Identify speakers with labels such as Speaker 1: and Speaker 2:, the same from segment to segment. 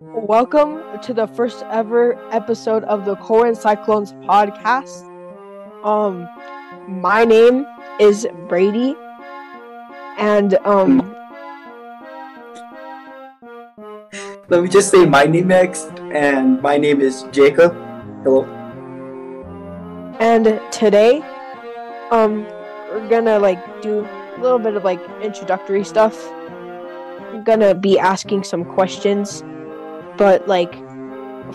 Speaker 1: Welcome to the first ever episode of the Corin Cyclones podcast. Um, my name is Brady, and um,
Speaker 2: Let me just say my name next, and my name is Jacob. Hello.
Speaker 1: and today, um, we're gonna like do a little bit of like introductory stuff. I'm gonna be asking some questions, but like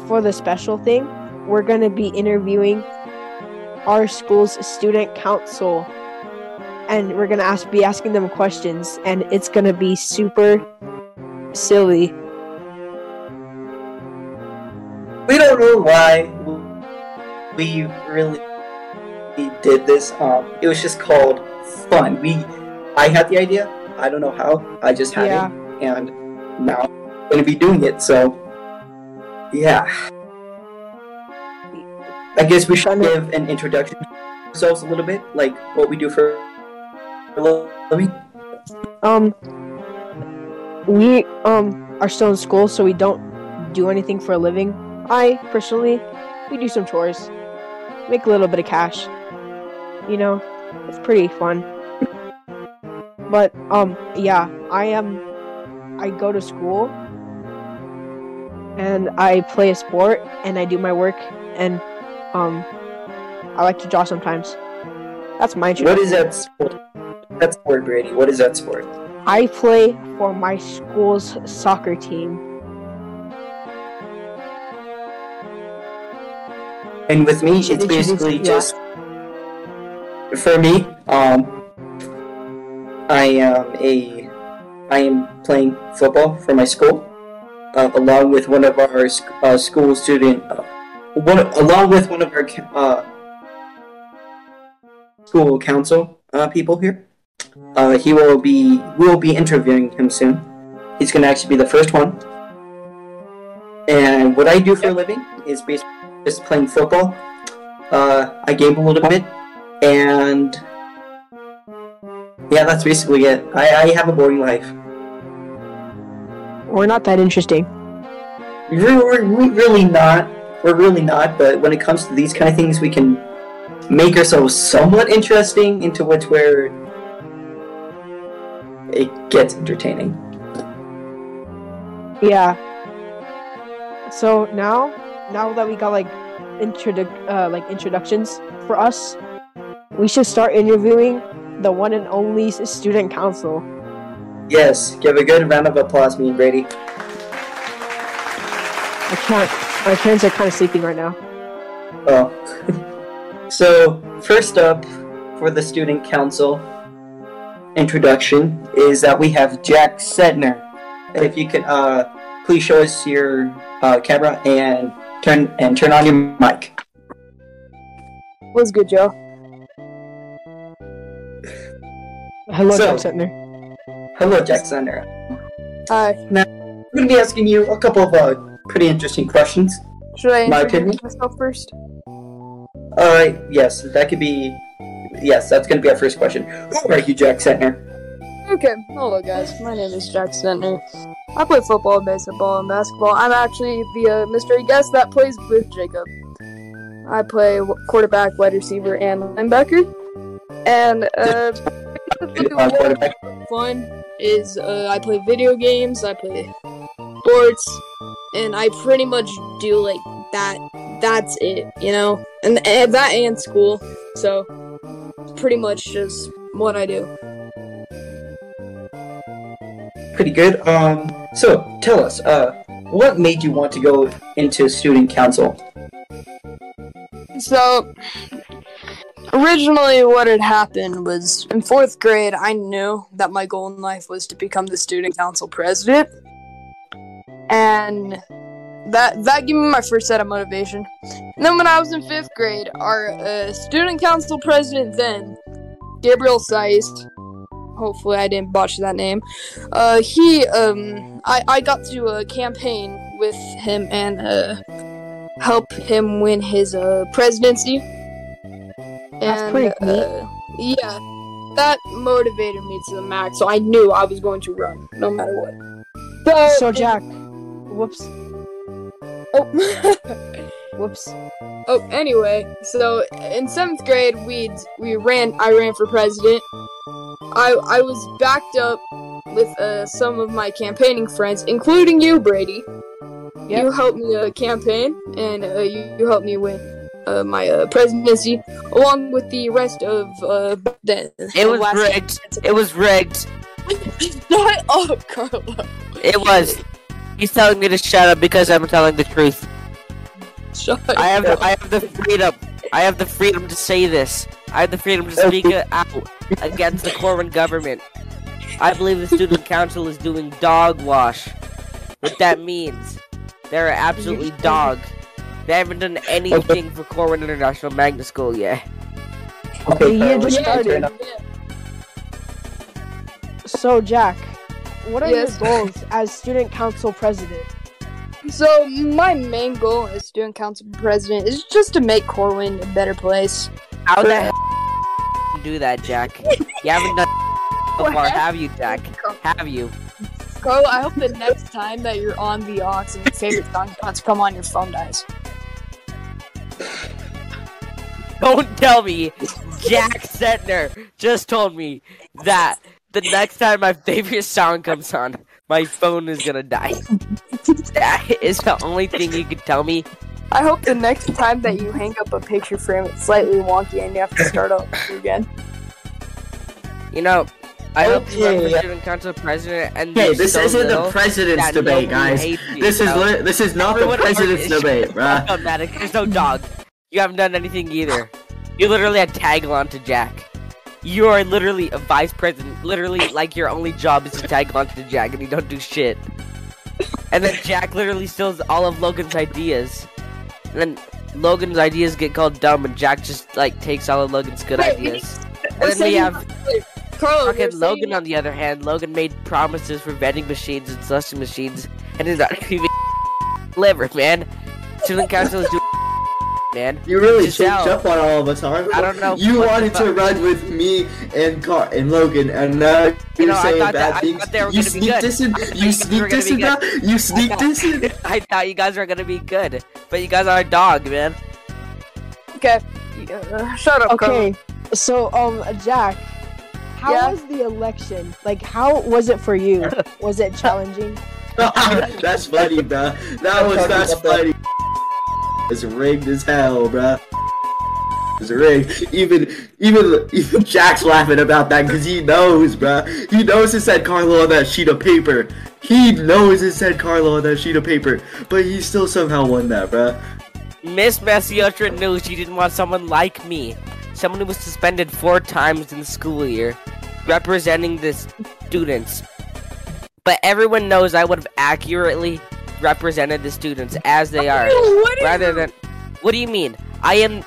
Speaker 1: for the special thing, we're gonna be interviewing our school's student council, and we're gonna ask be asking them questions, and it's gonna be super silly.
Speaker 2: We don't know why we really did this. Um, it was just called fun. We, I had the idea. I don't know how. I just had
Speaker 1: yeah.
Speaker 2: it, and now I'm gonna be doing it. So, yeah. I guess we should
Speaker 1: Fun.
Speaker 2: give an introduction to ourselves a little bit, like what we do for. Hello, let me.
Speaker 1: Um, we um are still in school, so we don't do anything for a living. I personally, we do some chores, make a little bit of cash. You know, it's pretty fun. But um, yeah, I am. I go to school, and I play a sport, and I do my work, and um, I like to draw sometimes. That's my introduction.
Speaker 2: What is that sport? That sport, Brady. What is that sport?
Speaker 1: I play for my school's soccer team.
Speaker 2: And with me,
Speaker 1: Should
Speaker 2: it's
Speaker 1: introduce-
Speaker 2: basically
Speaker 1: yeah.
Speaker 2: just for me. Um, I am a I am playing football for my school, uh, along with one of our sc- uh, school student, uh, one along with one of our ca- uh, school council uh, people here. Uh, he will be we will be interviewing him soon. He's gonna actually be the first one. And what I do for a living is basically just playing football. Uh, I game a little bit, and yeah, that's basically it. I, I have a boring life.
Speaker 1: We're not that interesting.
Speaker 2: We're, we're we really not. We're really not. But when it comes to these kind of things, we can make ourselves somewhat interesting into which where it gets entertaining.
Speaker 1: Yeah. So now, now that we got like introdu- uh, like introductions for us, we should start interviewing the one and only s- student council.
Speaker 2: Yes, give a good round of applause, me and Brady.
Speaker 1: I can't. My parents are kind of sleeping right now.
Speaker 2: Oh. so, first up for the student council introduction is that we have Jack Sedner. If you could uh, please show us your uh, camera and turn and turn on your mic.
Speaker 1: What's good, Joe? Hello,
Speaker 2: So-
Speaker 1: Jack Sutner.
Speaker 2: Hello, Jack Sedner.
Speaker 3: Hi.
Speaker 2: I'm going to be asking you a couple of uh, pretty interesting questions.
Speaker 3: Should I
Speaker 2: My
Speaker 3: introduce
Speaker 2: opinion?
Speaker 3: myself first?
Speaker 2: Uh, yes, that could be. Yes, that's going to be our first question. Who are you, Jack Sedner?
Speaker 3: Okay. Hello, guys. My name is Jack Stentner. I play football, baseball, and basketball. I'm actually the uh, mystery guest that plays with Jacob. I play w- quarterback, wide receiver, and linebacker. And uh, basically
Speaker 2: Uh,
Speaker 3: what
Speaker 2: quarterback.
Speaker 3: I fun is uh, I play video games, I play sports, and I pretty much do like that. That's it, you know. And, and that and school. So pretty much just what I do.
Speaker 2: pretty good. Um, so tell us, uh, what made you want to go into student council?
Speaker 3: So, originally, what had happened was in fourth grade, I knew that my goal in life was to become the student council president, and that that gave me my first set of motivation. And then, when I was in fifth grade, our uh, student council president then, Gabriel Seist, hopefully I didn't botch that name, uh, he um, I I got to uh, campaign with him and uh help him win his uh, presidency. And,
Speaker 1: pretty neat.
Speaker 3: uh, yeah, that motivated me to the max. So I knew I was going to run no matter what. So,
Speaker 1: So, Jack, Whoops.
Speaker 3: Oh.
Speaker 1: Whoops.
Speaker 3: Oh, anyway, so in seventh grade, we we ran. I ran for president. I I was backed up with uh, some of my campaigning friends, including you, Brady.
Speaker 1: Yep.
Speaker 3: You helped me uh, campaign, and uh, you, you helped me win uh, my uh, presidency, along with the rest of uh, back then.
Speaker 4: It was
Speaker 3: last-
Speaker 4: rigged. It was rigged.
Speaker 3: Shut up, Oh, Carla.
Speaker 4: It was. He's telling me to shut up because I'm telling the truth.
Speaker 3: Shut
Speaker 4: I have
Speaker 3: up.
Speaker 4: I have the freedom. I have the freedom to say this. I have the freedom to speak it out against the Corwin government. I believe the student council is doing dog wash. What that means. They're absolutely dog. They haven't done anything for Corwin International Magna School yet.
Speaker 1: The year
Speaker 2: Carla,
Speaker 1: just
Speaker 2: it's your turn.
Speaker 1: started. So Jack, what are
Speaker 3: Yes.
Speaker 1: your goals as student council president?
Speaker 3: So my main goal as student council president is just to make Corwin a better place.
Speaker 4: How the hell you do that, Jack? You haven't done so far, have you, Jack? Have you?
Speaker 3: Carla, I hope the next time that you're on the ox and your favorite song starts to come on, your phone dies.
Speaker 4: Don't tell me Jack Setner just told me that the next time my favorite song comes on, my phone is gonna die. That is the only thing you could tell me.
Speaker 3: I hope the next time that you hang up a picture frame, it's slightly wonky and you have to start over again.
Speaker 4: You know, I hope you are
Speaker 2: Okay.
Speaker 4: student council president and
Speaker 5: Hey,
Speaker 4: you're
Speaker 5: this
Speaker 4: so
Speaker 5: isn't
Speaker 4: little
Speaker 5: the president's
Speaker 4: that
Speaker 5: debate,
Speaker 4: nobody
Speaker 5: guys.
Speaker 4: hates you,
Speaker 5: This is
Speaker 4: so
Speaker 5: li- this is not the
Speaker 4: Everyone already
Speaker 5: president's
Speaker 4: is-
Speaker 5: debate,
Speaker 4: Fuck
Speaker 5: bruh.
Speaker 4: on that, There's no dog. You haven't done anything either. You literally had tag on to Jack. You are literally a vice president. Literally, like your only job is to tag on to Jack, and you don't do shit. And then Jack literally steals all of Logan's ideas. And then Logan's ideas get called dumb, and Jack just like takes all of Logan's good
Speaker 3: Wait, we
Speaker 4: ideas. And
Speaker 3: we're
Speaker 4: then we
Speaker 3: saying-
Speaker 4: have
Speaker 3: Carla,
Speaker 4: Fucking
Speaker 3: you're
Speaker 4: Logan,
Speaker 3: saying,
Speaker 4: on the other hand, Logan made promises for vending machines and slushing machines, and did not even deliver, man. Student council is doing man.
Speaker 5: You really
Speaker 4: Giselle.
Speaker 5: changed up on all of us, huh?
Speaker 4: I don't know
Speaker 5: You
Speaker 4: what the
Speaker 5: wanted to
Speaker 4: fuck-
Speaker 5: run with me and Car and Logan, and now you're
Speaker 4: know, I
Speaker 5: saying
Speaker 4: thought
Speaker 5: bad
Speaker 4: that- I
Speaker 5: things.
Speaker 4: thought they were
Speaker 5: you
Speaker 4: gonna be
Speaker 5: sneaked
Speaker 4: good.
Speaker 5: this in.
Speaker 4: I thought you guys were
Speaker 5: You sneaked this in.
Speaker 4: gonna
Speaker 5: bruh. You sneaked this in.
Speaker 4: I thought you guys were gonna be good, but you guys are a dog, man.
Speaker 3: okay, uh, shut up, Carla.
Speaker 1: Okay, so um, Jack, how
Speaker 3: Yeah?
Speaker 1: was the election? Like, how was it for you? was it challenging?
Speaker 5: that's funny, bro. That was
Speaker 2: talking
Speaker 5: that's
Speaker 2: about that.
Speaker 5: funny. It's rigged as hell, bro. It's rigged. Even even even Jack's laughing about that because he knows, bro. He knows it said Carlo on that sheet of paper. He knows it said Carlo on that sheet of paper, but he still somehow won that, bro.
Speaker 4: Miss Masiotra knew she didn't want someone like me, someone who was suspended four times in the school year, representing the students. But everyone knows I would have accurately represented the students as they are.
Speaker 3: What is-
Speaker 4: rather than what do you mean i am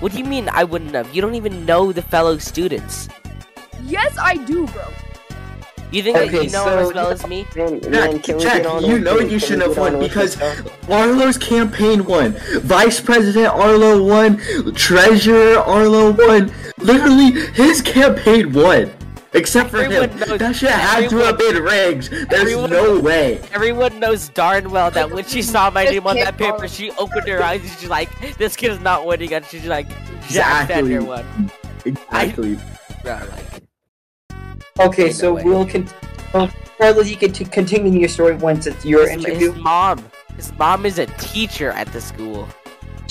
Speaker 4: what do you mean i wouldn't have you don't even know the fellow students
Speaker 3: Yes, I do, bro.
Speaker 4: you think that
Speaker 2: Okay,
Speaker 4: you know
Speaker 2: so-
Speaker 4: them as well as me
Speaker 2: Man,
Speaker 5: Jack,
Speaker 2: can we
Speaker 5: Jack,
Speaker 2: get on
Speaker 5: you
Speaker 2: with
Speaker 5: know
Speaker 2: it?
Speaker 5: you
Speaker 2: Can we
Speaker 5: shouldn't
Speaker 2: get
Speaker 5: have
Speaker 2: on
Speaker 5: won
Speaker 2: with it?
Speaker 5: because Arlo's campaign won. Vice President Arlo won. Treasurer Arlo won. Literally, his campaign won. Except for him.
Speaker 4: Everyone knows-
Speaker 5: That shit had to
Speaker 4: everyone-
Speaker 5: have been rigged. There's
Speaker 4: everyone-
Speaker 5: no way.
Speaker 4: everyone knows darn well that when she saw my
Speaker 3: This
Speaker 4: name on
Speaker 3: kid
Speaker 4: that paper
Speaker 3: follows-
Speaker 4: she opened her eyes and she's like this kid is not winning and she's like jack
Speaker 5: Exactly.
Speaker 4: Fender won
Speaker 5: Exactly.
Speaker 4: Bro, like
Speaker 2: Okay,
Speaker 4: Ain't no
Speaker 2: so
Speaker 4: way.
Speaker 2: we'll con- uh, Carlos, you can t- continue your story once it's your
Speaker 4: his,
Speaker 2: interview.
Speaker 4: his mom his mom is a teacher at the school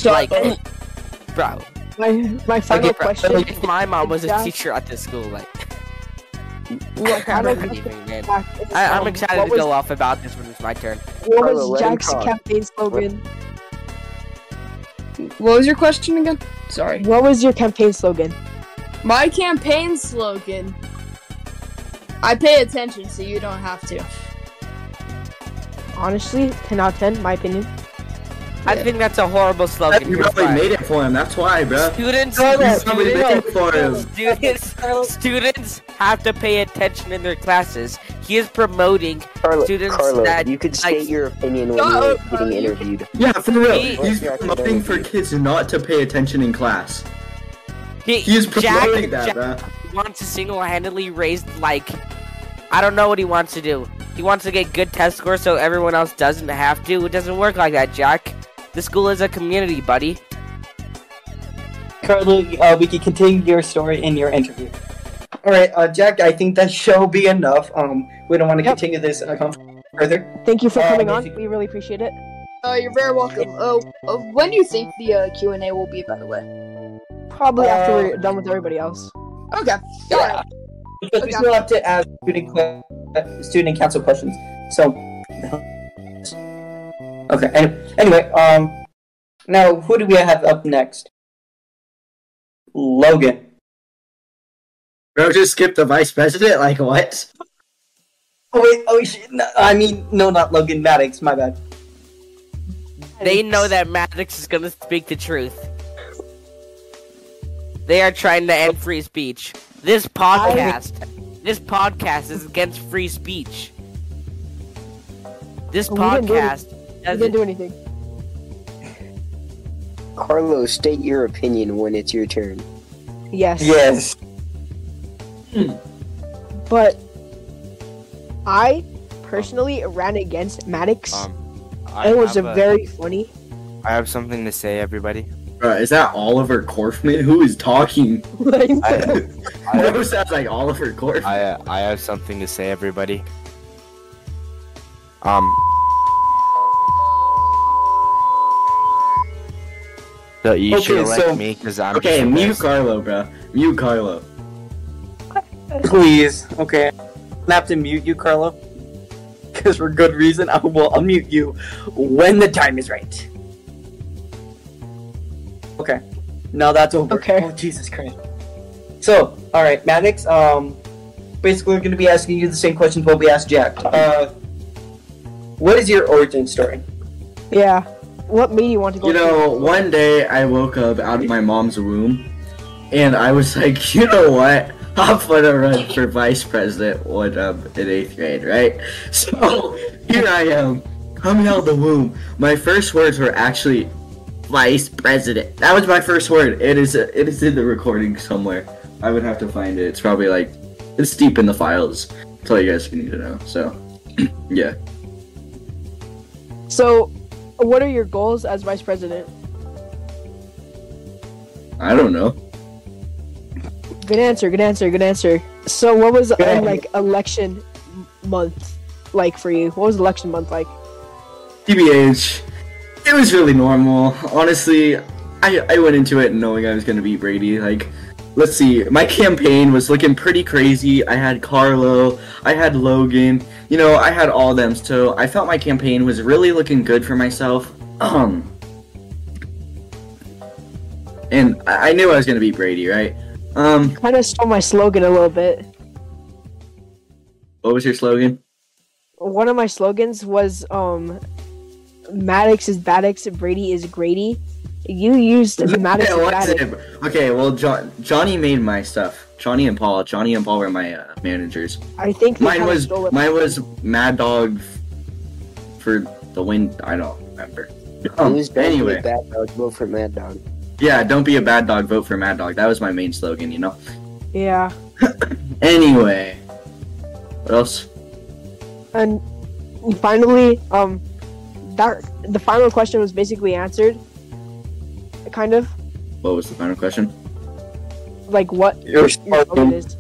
Speaker 4: like bro
Speaker 1: My my final
Speaker 4: okay, bro,
Speaker 1: question.
Speaker 4: if my mom was a
Speaker 1: Jack-
Speaker 4: teacher at the school like
Speaker 1: Look, I don't think
Speaker 4: even, man.
Speaker 1: Jack is,
Speaker 4: I, I'm
Speaker 1: um,
Speaker 4: excited
Speaker 1: what
Speaker 4: to
Speaker 1: was,
Speaker 4: go off about this when it's my turn.
Speaker 1: What
Speaker 2: Carla,
Speaker 1: was
Speaker 2: let him
Speaker 1: Jack's
Speaker 2: talk.
Speaker 1: campaign slogan?
Speaker 3: What was your question again? Sorry.
Speaker 1: What was your campaign slogan?
Speaker 3: My campaign slogan. I pay attention, so you don't have to.
Speaker 1: Honestly, ten out of ten, my opinion.
Speaker 4: I think that's a horrible slogan.
Speaker 5: You
Speaker 4: You're
Speaker 5: probably
Speaker 4: fired.
Speaker 5: made it for him. That's why, bro.
Speaker 4: Students,
Speaker 5: You
Speaker 4: students,
Speaker 5: probably made it for him.
Speaker 4: students, students have to pay attention in their classes. He is promoting.
Speaker 6: Carlo,
Speaker 4: students
Speaker 6: Carlo,
Speaker 4: that,
Speaker 6: you could
Speaker 4: like,
Speaker 6: state your opinion when
Speaker 3: Shut
Speaker 6: you're
Speaker 3: up, Carlo,
Speaker 6: getting
Speaker 3: you-
Speaker 6: interviewed.
Speaker 5: Yeah, for real.
Speaker 4: He-
Speaker 5: He's promoting for kids not to pay attention in class.
Speaker 4: He,
Speaker 5: He is promoting
Speaker 4: Jack,
Speaker 5: that, bro.
Speaker 4: Jack wants to single-handedly raise like, I don't know what he wants to do,
Speaker 7: He wants to get good test scores so everyone else doesn't have to. It doesn't work like that, Jack. The school is a community, buddy.
Speaker 2: Carlo, uh, we can continue your story in your interview. All right, uh, Jack. I think that shall be enough. Um, we don't want to
Speaker 1: Yep.
Speaker 2: continue this uh, conversation further.
Speaker 1: Thank you for
Speaker 2: Uh,
Speaker 1: coming
Speaker 2: if
Speaker 1: on.
Speaker 2: you-
Speaker 1: We really appreciate it.
Speaker 3: Uh, you're very welcome. Uh, uh, when do you think the uh, Q and A will be, by the way?
Speaker 1: Probably after
Speaker 2: Uh,
Speaker 1: we're done with everybody else.
Speaker 3: Okay. Yeah.
Speaker 2: Because we
Speaker 3: Okay.
Speaker 2: still have to ask student que- uh, student council questions. So, okay. Anyway, anyway, um, now who do we have up next? Logan.
Speaker 5: Bro, just skip the vice president. Like what?
Speaker 2: Oh wait. Oh, shit, no, I mean, no, not Logan Maddox. My bad.
Speaker 7: They know that Maddox is gonna speak the truth. They are trying to end free speech. This podcast, this podcast is against free speech. This
Speaker 1: We didn't do it.
Speaker 7: podcast
Speaker 1: You
Speaker 7: does
Speaker 1: didn't
Speaker 7: it.
Speaker 1: do anything.
Speaker 8: Carlo, state your opinion when it's your turn.
Speaker 1: Yes.
Speaker 2: Yes.
Speaker 1: But I personally ran against Maddox.
Speaker 9: Um, I
Speaker 1: it was a
Speaker 9: have
Speaker 1: very funny.
Speaker 9: I have something to say, everybody.
Speaker 5: Bro, is that Oliver Korfman? Who is talking?
Speaker 1: I,
Speaker 9: I,
Speaker 5: Bro
Speaker 9: I,
Speaker 5: sounds like Oliver Korfman.
Speaker 9: I, uh, I have something to say, everybody. Um. So you should
Speaker 5: Okay,
Speaker 9: elect
Speaker 5: so-
Speaker 9: E me because I'm
Speaker 5: Okay,
Speaker 9: just the
Speaker 5: mute
Speaker 9: best.
Speaker 5: Carlo, bro. Mute Carlo.
Speaker 2: Please. Okay. I have to mute you, Carlo. Because for good reason, I will unmute you when the time is right. Okay. Now that's over.
Speaker 1: Okay.
Speaker 2: Oh, Jesus Christ. So, alright, Maddox, um, basically we're going to be asking you the same questions what we asked Jack. Uh, what is your origin story?
Speaker 1: yeah. What made you want to go?
Speaker 5: You
Speaker 1: to-
Speaker 5: know, one day I woke up out of my mom's womb, and I was like, you know what? I'm gonna run for vice president when I'm in eighth grade, right? So here I am, coming out of the womb. My first words were actually vice president. That was my first word. It is it is in the recording somewhere. I would have to find it. It's probably like it's deep in the files. That's all you guys need to know. So yeah.
Speaker 1: So, what are your goals as vice president?
Speaker 5: I don't know.
Speaker 1: Good answer. Good answer. Good answer. So, what was uh,
Speaker 2: Yeah.
Speaker 1: like election m- month like for you? What was election month like?
Speaker 5: TBH, it was really normal. Honestly, I, I went into it knowing I was going to beat Brady. Like, let's see, my campaign was looking pretty crazy. I had Carlo, I had Logan, you know, I had all them. So I felt my campaign was really looking good for myself. Um, and I I knew I was going to beat Brady, right? Um,
Speaker 1: Kind of stole my slogan a little bit.
Speaker 5: what was your slogan?
Speaker 1: One of my slogans was um, Maddox is Baddox, Brady is Grady. You used Maddox
Speaker 5: Yeah,
Speaker 1: is
Speaker 5: what's
Speaker 1: Baddox.
Speaker 5: it? Okay, well, John, Johnny made my stuff. Johnny and Paul. Johnny and Paul were my uh, managers.
Speaker 1: I think they
Speaker 5: Mine
Speaker 1: kinda
Speaker 5: was
Speaker 1: stole it.
Speaker 5: mine was Mad Dog for the win. I don't remember. Um,
Speaker 8: Oh, Who's bad
Speaker 5: anyway,
Speaker 8: Bad dog, vote for Mad Dog.
Speaker 5: yeah, don't be a bad dog. Vote for Mad Dog. That was my main slogan. You know.
Speaker 1: Yeah.
Speaker 5: Anyway, what else?
Speaker 1: And finally, um, that the final question was basically answered. Kind of
Speaker 5: What was the final question?
Speaker 1: like what your
Speaker 2: Your
Speaker 5: Oh,
Speaker 1: slogan is.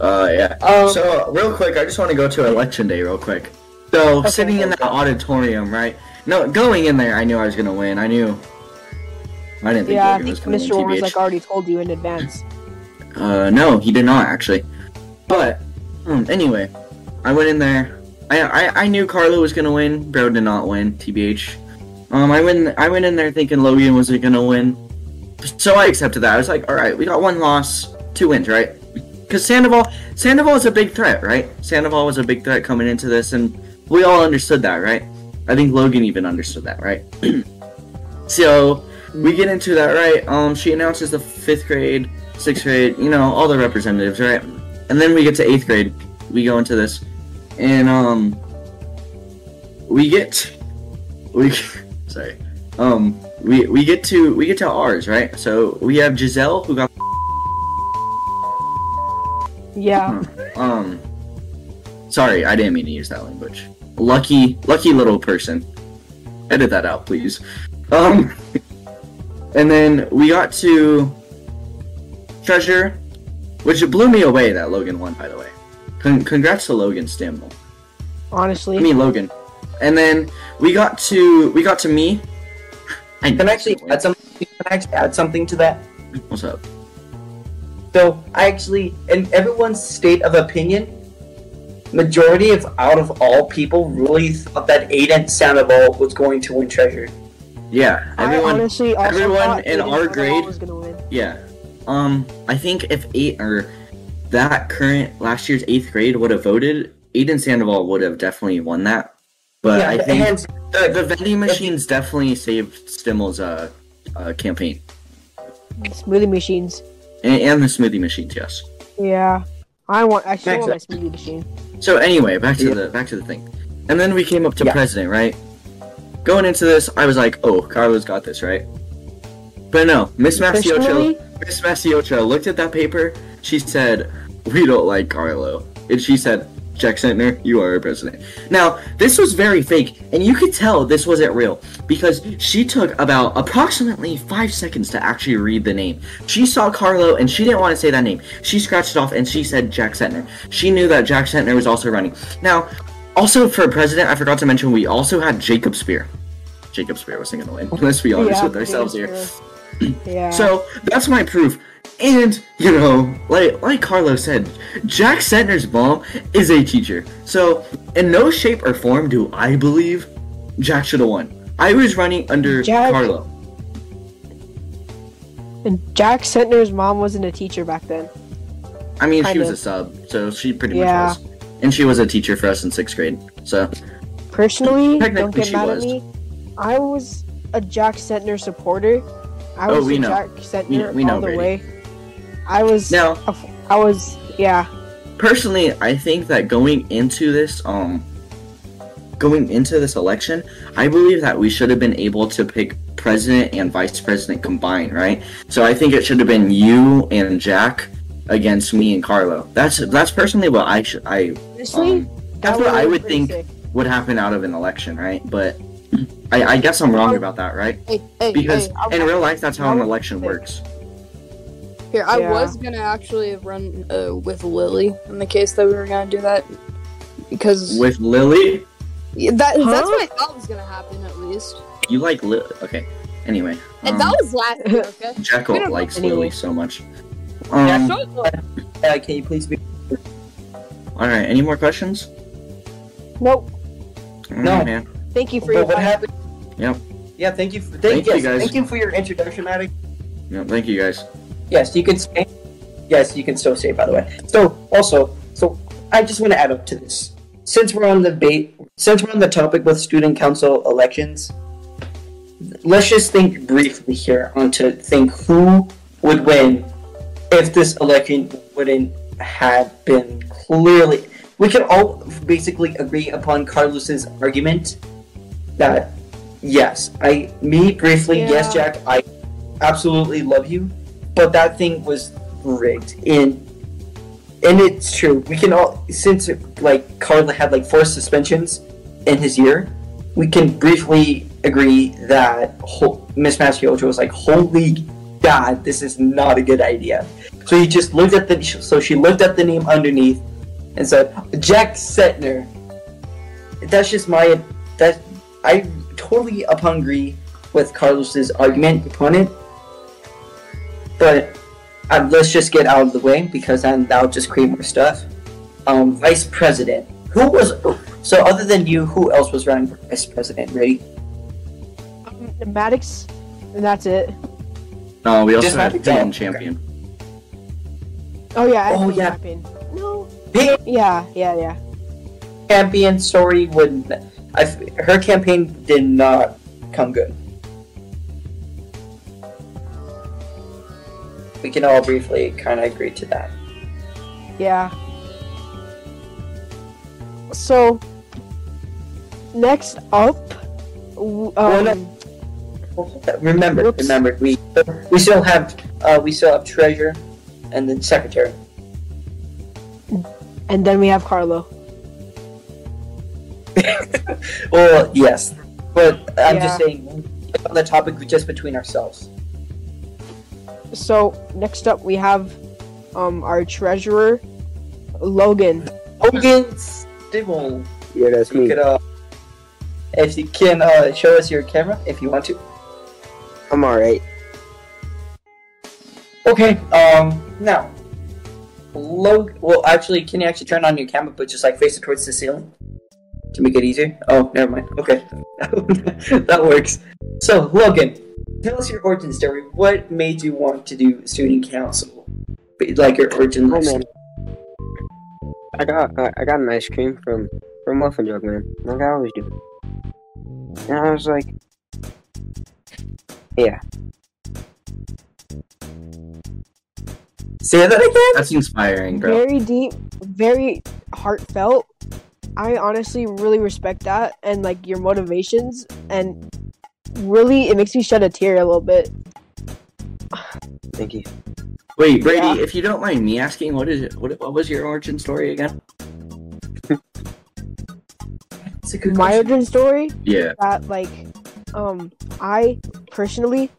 Speaker 5: Uh, yeah.
Speaker 2: Um,
Speaker 5: So real quick, I just want to go to election day real quick. So
Speaker 1: Okay.
Speaker 5: sitting in that auditorium, right? No, going in there, I knew I was gonna win. I knew. I didn't think
Speaker 1: Yeah, I
Speaker 5: Logan
Speaker 1: think
Speaker 5: was gonna
Speaker 1: Mr. Warren was
Speaker 5: win. TBH.
Speaker 1: like already told you in advance.
Speaker 5: Uh, no, he did not actually. But um, anyway, I went in there. I, I I knew Carlo was gonna win. Bro did not win. Tbh. Um, I went I went in there thinking Logan wasn't gonna win, so I accepted that. I was like, all right, we got one loss, two wins, right? Because Sandoval Sandoval is a big threat, right? Sandoval was a big threat coming into this, and we all understood that, right? I think Logan even understood that, right? so we get into that, right? Um, she announces the fifth grade sixth grade, you know, all the representatives, right? And then we get to eighth grade. We go into this, and um, we get, we, sorry, um, we we get to we get to ours, right? So we have Giselle who got
Speaker 1: Yeah.
Speaker 5: um, Sorry, I didn't mean to use that language. Lucky, lucky little person. Edit that out, please. Um, and then we got to treasure, which blew me away. That Logan won, by the way. Con- congrats to Logan Stamble.
Speaker 1: Honestly,
Speaker 5: I mean Logan. And then we got to we got to me. I
Speaker 2: Can I actually add something? Can I actually add something to that?
Speaker 5: What's up?
Speaker 2: So I actually, in everyone's state of opinion, majority of out of all people really thought that Aiden Sandoval was going to win Treasure.
Speaker 5: Yeah, everyone.
Speaker 1: I honestly also
Speaker 5: everyone
Speaker 1: thought
Speaker 5: in
Speaker 1: Aiden
Speaker 5: our
Speaker 1: Sandoval
Speaker 5: grade-
Speaker 1: was gonna win.
Speaker 5: Yeah. Um, I think if eight or that current last year's eighth grade would have voted, Aiden Sandoval would have definitely won that. But I
Speaker 2: the
Speaker 5: think
Speaker 2: hands-
Speaker 5: the, the vending machines definitely saved Stimmel's uh, uh campaign
Speaker 1: Smoothie machines.
Speaker 5: and, and the smoothie machines. Yes.
Speaker 1: Yeah, I want. I still want my
Speaker 2: Thanks,
Speaker 1: smoothie machine.
Speaker 5: So anyway, back to
Speaker 2: Yeah.
Speaker 5: the back to the thing, and then we came up to
Speaker 2: Yeah.
Speaker 5: president, right? Going into this, I was like, oh, Carlos got this, right? But no, Miss Masiocho.
Speaker 1: Personally,
Speaker 5: Miss Masiocha looked at that paper. She said, "We don't like Carlo," and she said, "Jack Sentner, you are our president." Now, this was very fake, and you could tell this wasn't real because she took about approximately five seconds to actually read the name. She saw Carlo, and she didn't want to say that name. She scratched it off, and she said Jack Sentner. She knew that Jack Sentner was also running. Now, also for president, I forgot to mention we also had Jacob Spear. Jacob Spear was going to win. Let's be honest
Speaker 1: yeah,
Speaker 5: with ourselves here.
Speaker 1: here. Yeah.
Speaker 5: So that's my proof. And you know, like like Carlos said, Jack Sentner's mom is a teacher. So in no shape or form do I believe Jack should have won. I was running under
Speaker 1: Jack-
Speaker 5: Carlo.
Speaker 1: and Jack Sentner's mom wasn't a teacher back then.
Speaker 5: I mean, she
Speaker 1: Kinda.
Speaker 5: was a sub, so she pretty
Speaker 1: Yeah.
Speaker 5: much was. And she was a teacher for us in sixth grade. So
Speaker 1: Personally, don't
Speaker 5: Technically,
Speaker 1: get
Speaker 5: she
Speaker 1: mad
Speaker 5: was.
Speaker 1: at me. I was a Jack Sentner supporter. I
Speaker 5: Oh,
Speaker 1: was
Speaker 5: we
Speaker 1: a
Speaker 5: know.
Speaker 1: Jack Sentner
Speaker 5: we know,
Speaker 1: all the
Speaker 5: Brady.
Speaker 1: way. I was.
Speaker 5: now
Speaker 1: a f- I was. Yeah.
Speaker 5: personally i think that going into this um going into this election i believe that we should have been able to pick president and vice president combined right so i think it should have been you and jack against me and carlo that's that's personally what i should i
Speaker 1: Honestly,
Speaker 5: um,
Speaker 1: that
Speaker 5: that's
Speaker 1: would have
Speaker 5: what I
Speaker 1: been
Speaker 5: would
Speaker 1: pretty
Speaker 5: think.
Speaker 1: sick.
Speaker 5: would happen out of an election right but i i guess i'm wrong about that right
Speaker 3: Hey, hey,
Speaker 5: because
Speaker 3: hey, I,
Speaker 5: in real life that's how an
Speaker 1: I would
Speaker 5: election
Speaker 1: think-
Speaker 5: works
Speaker 3: here, I
Speaker 1: Yeah.
Speaker 3: was gonna actually run uh, with Lily in the case that we were gonna do that because
Speaker 5: with lily
Speaker 3: Yeah, that that's
Speaker 1: Huh?
Speaker 3: what I thought was gonna happen at least,
Speaker 5: you like Li- okay anyway
Speaker 3: and
Speaker 5: um,
Speaker 3: that was last year. Okay. we
Speaker 5: Jackal
Speaker 3: don't
Speaker 5: likes
Speaker 1: know.
Speaker 5: Lily so much.
Speaker 3: Yeah,
Speaker 5: Um,
Speaker 3: so good.
Speaker 2: Uh, can you please be?
Speaker 5: all right. Any more questions?
Speaker 1: Nope.
Speaker 5: All
Speaker 2: No.
Speaker 5: right, man.
Speaker 1: Thank you for your
Speaker 2: But what
Speaker 1: time.
Speaker 2: happened?
Speaker 5: Yep.
Speaker 2: Yeah. Thank you. For, thank,
Speaker 5: Thank you,
Speaker 2: yes,
Speaker 5: guys.
Speaker 2: Thank you for your introduction, Maddie.
Speaker 5: No, thank you guys.
Speaker 2: Yes, you can stay. Yes, you can still stay. By the way. So also, so I just want to add up to this. Since we're on the bait, since we're on the topic with student council elections, let's just think briefly here on to think who would win if this election wouldn't have been clearly. We can all basically agree upon Carlos's argument that yes, I me briefly, yes, Jack, I absolutely love you, but that thing was rigged and and it's true. We can all since like Carlo had like four suspensions in his year, we can briefly agree that ho- Miss Maschiojo was like, "Holy God, this is not a good idea." So he just looked at the so she looked at the name underneath and said, "Jack Setner." That's just my that I totally upon agree with Carlos's argument upon it, but uh, let's just get out of the way because then that'll just create more stuff. Um, vice president. Who was so other than you? Who else was running for vice president? Ready?
Speaker 1: Um, Maddox, and that's it.
Speaker 5: No, we also
Speaker 2: Just
Speaker 5: had
Speaker 2: have to-
Speaker 5: Dylan Champion.
Speaker 1: Oh yeah. I
Speaker 2: Oh,
Speaker 1: think
Speaker 2: yeah.
Speaker 1: Happened. No.
Speaker 2: Big
Speaker 1: Yeah. Yeah. Yeah.
Speaker 2: campaign story would. I, her campaign did not come good. We can all briefly kind of agree to that.
Speaker 1: Yeah. So, next up, w-
Speaker 2: Well, no-
Speaker 1: um,
Speaker 2: Remember,
Speaker 1: Whoops.
Speaker 2: remember, we we still have uh, we still have treasurer and then secretary.
Speaker 1: and then we have Carlo.
Speaker 2: well, yes, but I'm
Speaker 1: Yeah.
Speaker 2: just saying on the topic just between ourselves.
Speaker 1: So next up we have um our treasurer, Logan.
Speaker 2: Hogan Stimmel,
Speaker 8: Yeah, that's
Speaker 2: you
Speaker 8: me.
Speaker 2: could uh, if you can uh, show us your camera if you want to.
Speaker 8: I'm alright.
Speaker 2: Okay. Um. Now, Log. Well, actually, can you actually turn on your camera, but just like face it towards the ceiling to make it easier? Oh, never mind. Okay, that works. So, Logan, tell us your origin story. What made you want to do student council? Be- Like your origin.
Speaker 8: Hi,
Speaker 2: story.
Speaker 8: Oh, man. I got uh, I, I got an ice cream from from Muffin Jug Man, like I always do. And I was like, yeah,
Speaker 2: Say that again.
Speaker 5: That's inspiring, bro.
Speaker 1: Very deep, very heartfelt. I honestly really respect that and like your motivations and really it makes me shed a tear a little bit.
Speaker 8: thank you.
Speaker 5: Wait, Brady,
Speaker 1: Yeah.
Speaker 5: if you don't mind me asking, what is it? What, what was your origin story again?
Speaker 2: It's a good
Speaker 1: My
Speaker 2: question.
Speaker 1: origin story
Speaker 5: Yeah.
Speaker 1: that like um I personally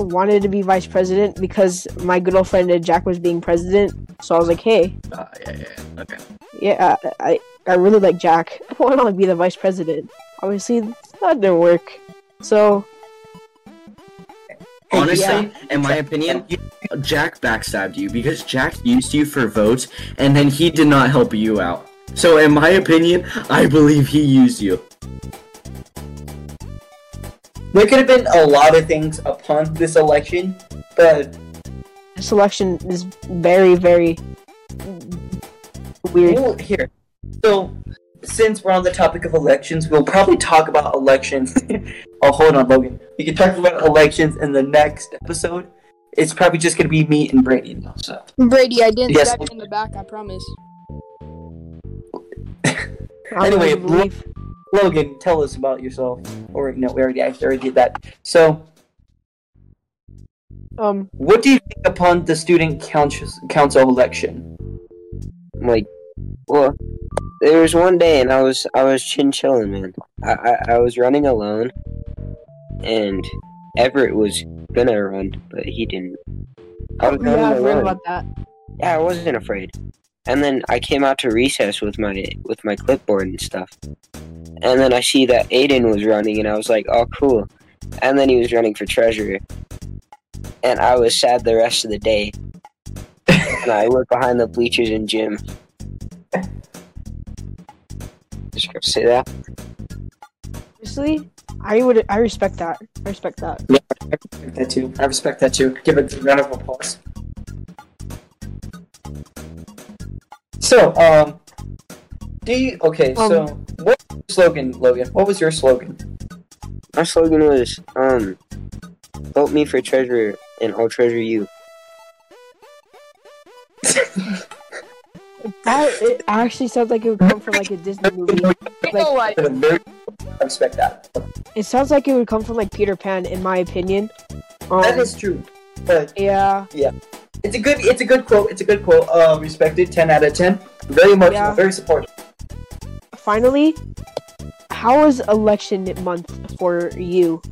Speaker 1: wanted to be vice president because my good old friend uh, Jack was being president. So I was like, hey,
Speaker 5: Uh, yeah, yeah. Okay.
Speaker 1: yeah, I I, I really like Jack. I want to be the vice president. Obviously, that didn't work. So
Speaker 5: Honestly,
Speaker 1: Yeah.
Speaker 5: in my opinion, Jack backstabbed you because Jack used you for votes and then he did not help you out. So, in my opinion, I believe he used you.
Speaker 2: There could have been a lot of things upon this election, but
Speaker 1: this election is very very weird.
Speaker 2: Well, here. So, since we're on the topic of elections, we'll probably talk about elections. oh, hold on, Logan. We can talk about elections in the next episode. It's probably just gonna be me and Brady now. So,
Speaker 3: Brady, I didn't
Speaker 2: Yes.
Speaker 3: stab you in the back. I promise.
Speaker 1: I don't
Speaker 2: Anyway,
Speaker 1: really believe-
Speaker 2: Logan, tell us about yourself. Or no, we already actually already did that. So,
Speaker 1: um,
Speaker 2: what do you think upon the student council council election?
Speaker 8: I'm like, well, there was one day and I was I was chin chilling, man. I, I I was running alone, and Everett was gonna run, but he didn't. I was running
Speaker 1: Oh, yeah, I've
Speaker 8: alone.
Speaker 1: read about that.
Speaker 8: yeah, I wasn't afraid. And then I came out to recess with my with my clipboard and stuff. And then I see that Aiden was running, and I was like, "Oh, cool!" And then he was running for treasurer, and I was sad the rest of the day. and I look behind the bleachers in gym. Just gonna say that.
Speaker 1: Honestly, I would I respect that. I respect that.
Speaker 2: That too. I respect that too. Give it a round of applause. So, um, do you okay? so, what was your slogan, Logan? What was your slogan?
Speaker 8: My slogan was, um, "Vote me for treasurer, and I'll treasure you."
Speaker 1: That it actually sounds like it would come from like a Disney movie. Like,
Speaker 3: oh, I,
Speaker 2: I respect that.
Speaker 1: It sounds like it would come from like Peter Pan, in my opinion. Um,
Speaker 2: That is true. But
Speaker 1: yeah,
Speaker 2: it's a good, it's a good quote. It's a good quote. Uh, respected. Ten out of ten. Very emotional.
Speaker 1: Yeah.
Speaker 2: Very supportive.
Speaker 1: finally, how is election month for you?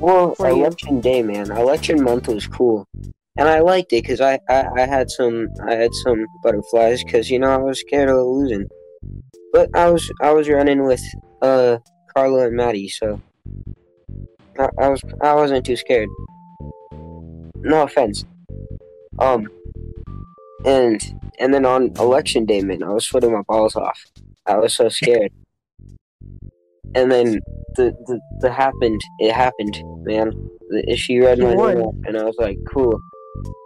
Speaker 8: Well,
Speaker 1: for you?
Speaker 8: election day, man. Election month was cool, and I liked it because I, I I had some I had some butterflies because you know I was scared of losing, but I was I was running with uh Carlo and Maddie, so I, I was I wasn't too scared. No offense. Um. And and then on election day, man, I was sweating my balls off. I was so scared. And then the the, the happened. It happened, man. The, she read
Speaker 1: You
Speaker 8: my
Speaker 1: won.
Speaker 8: name, and I was like, cool.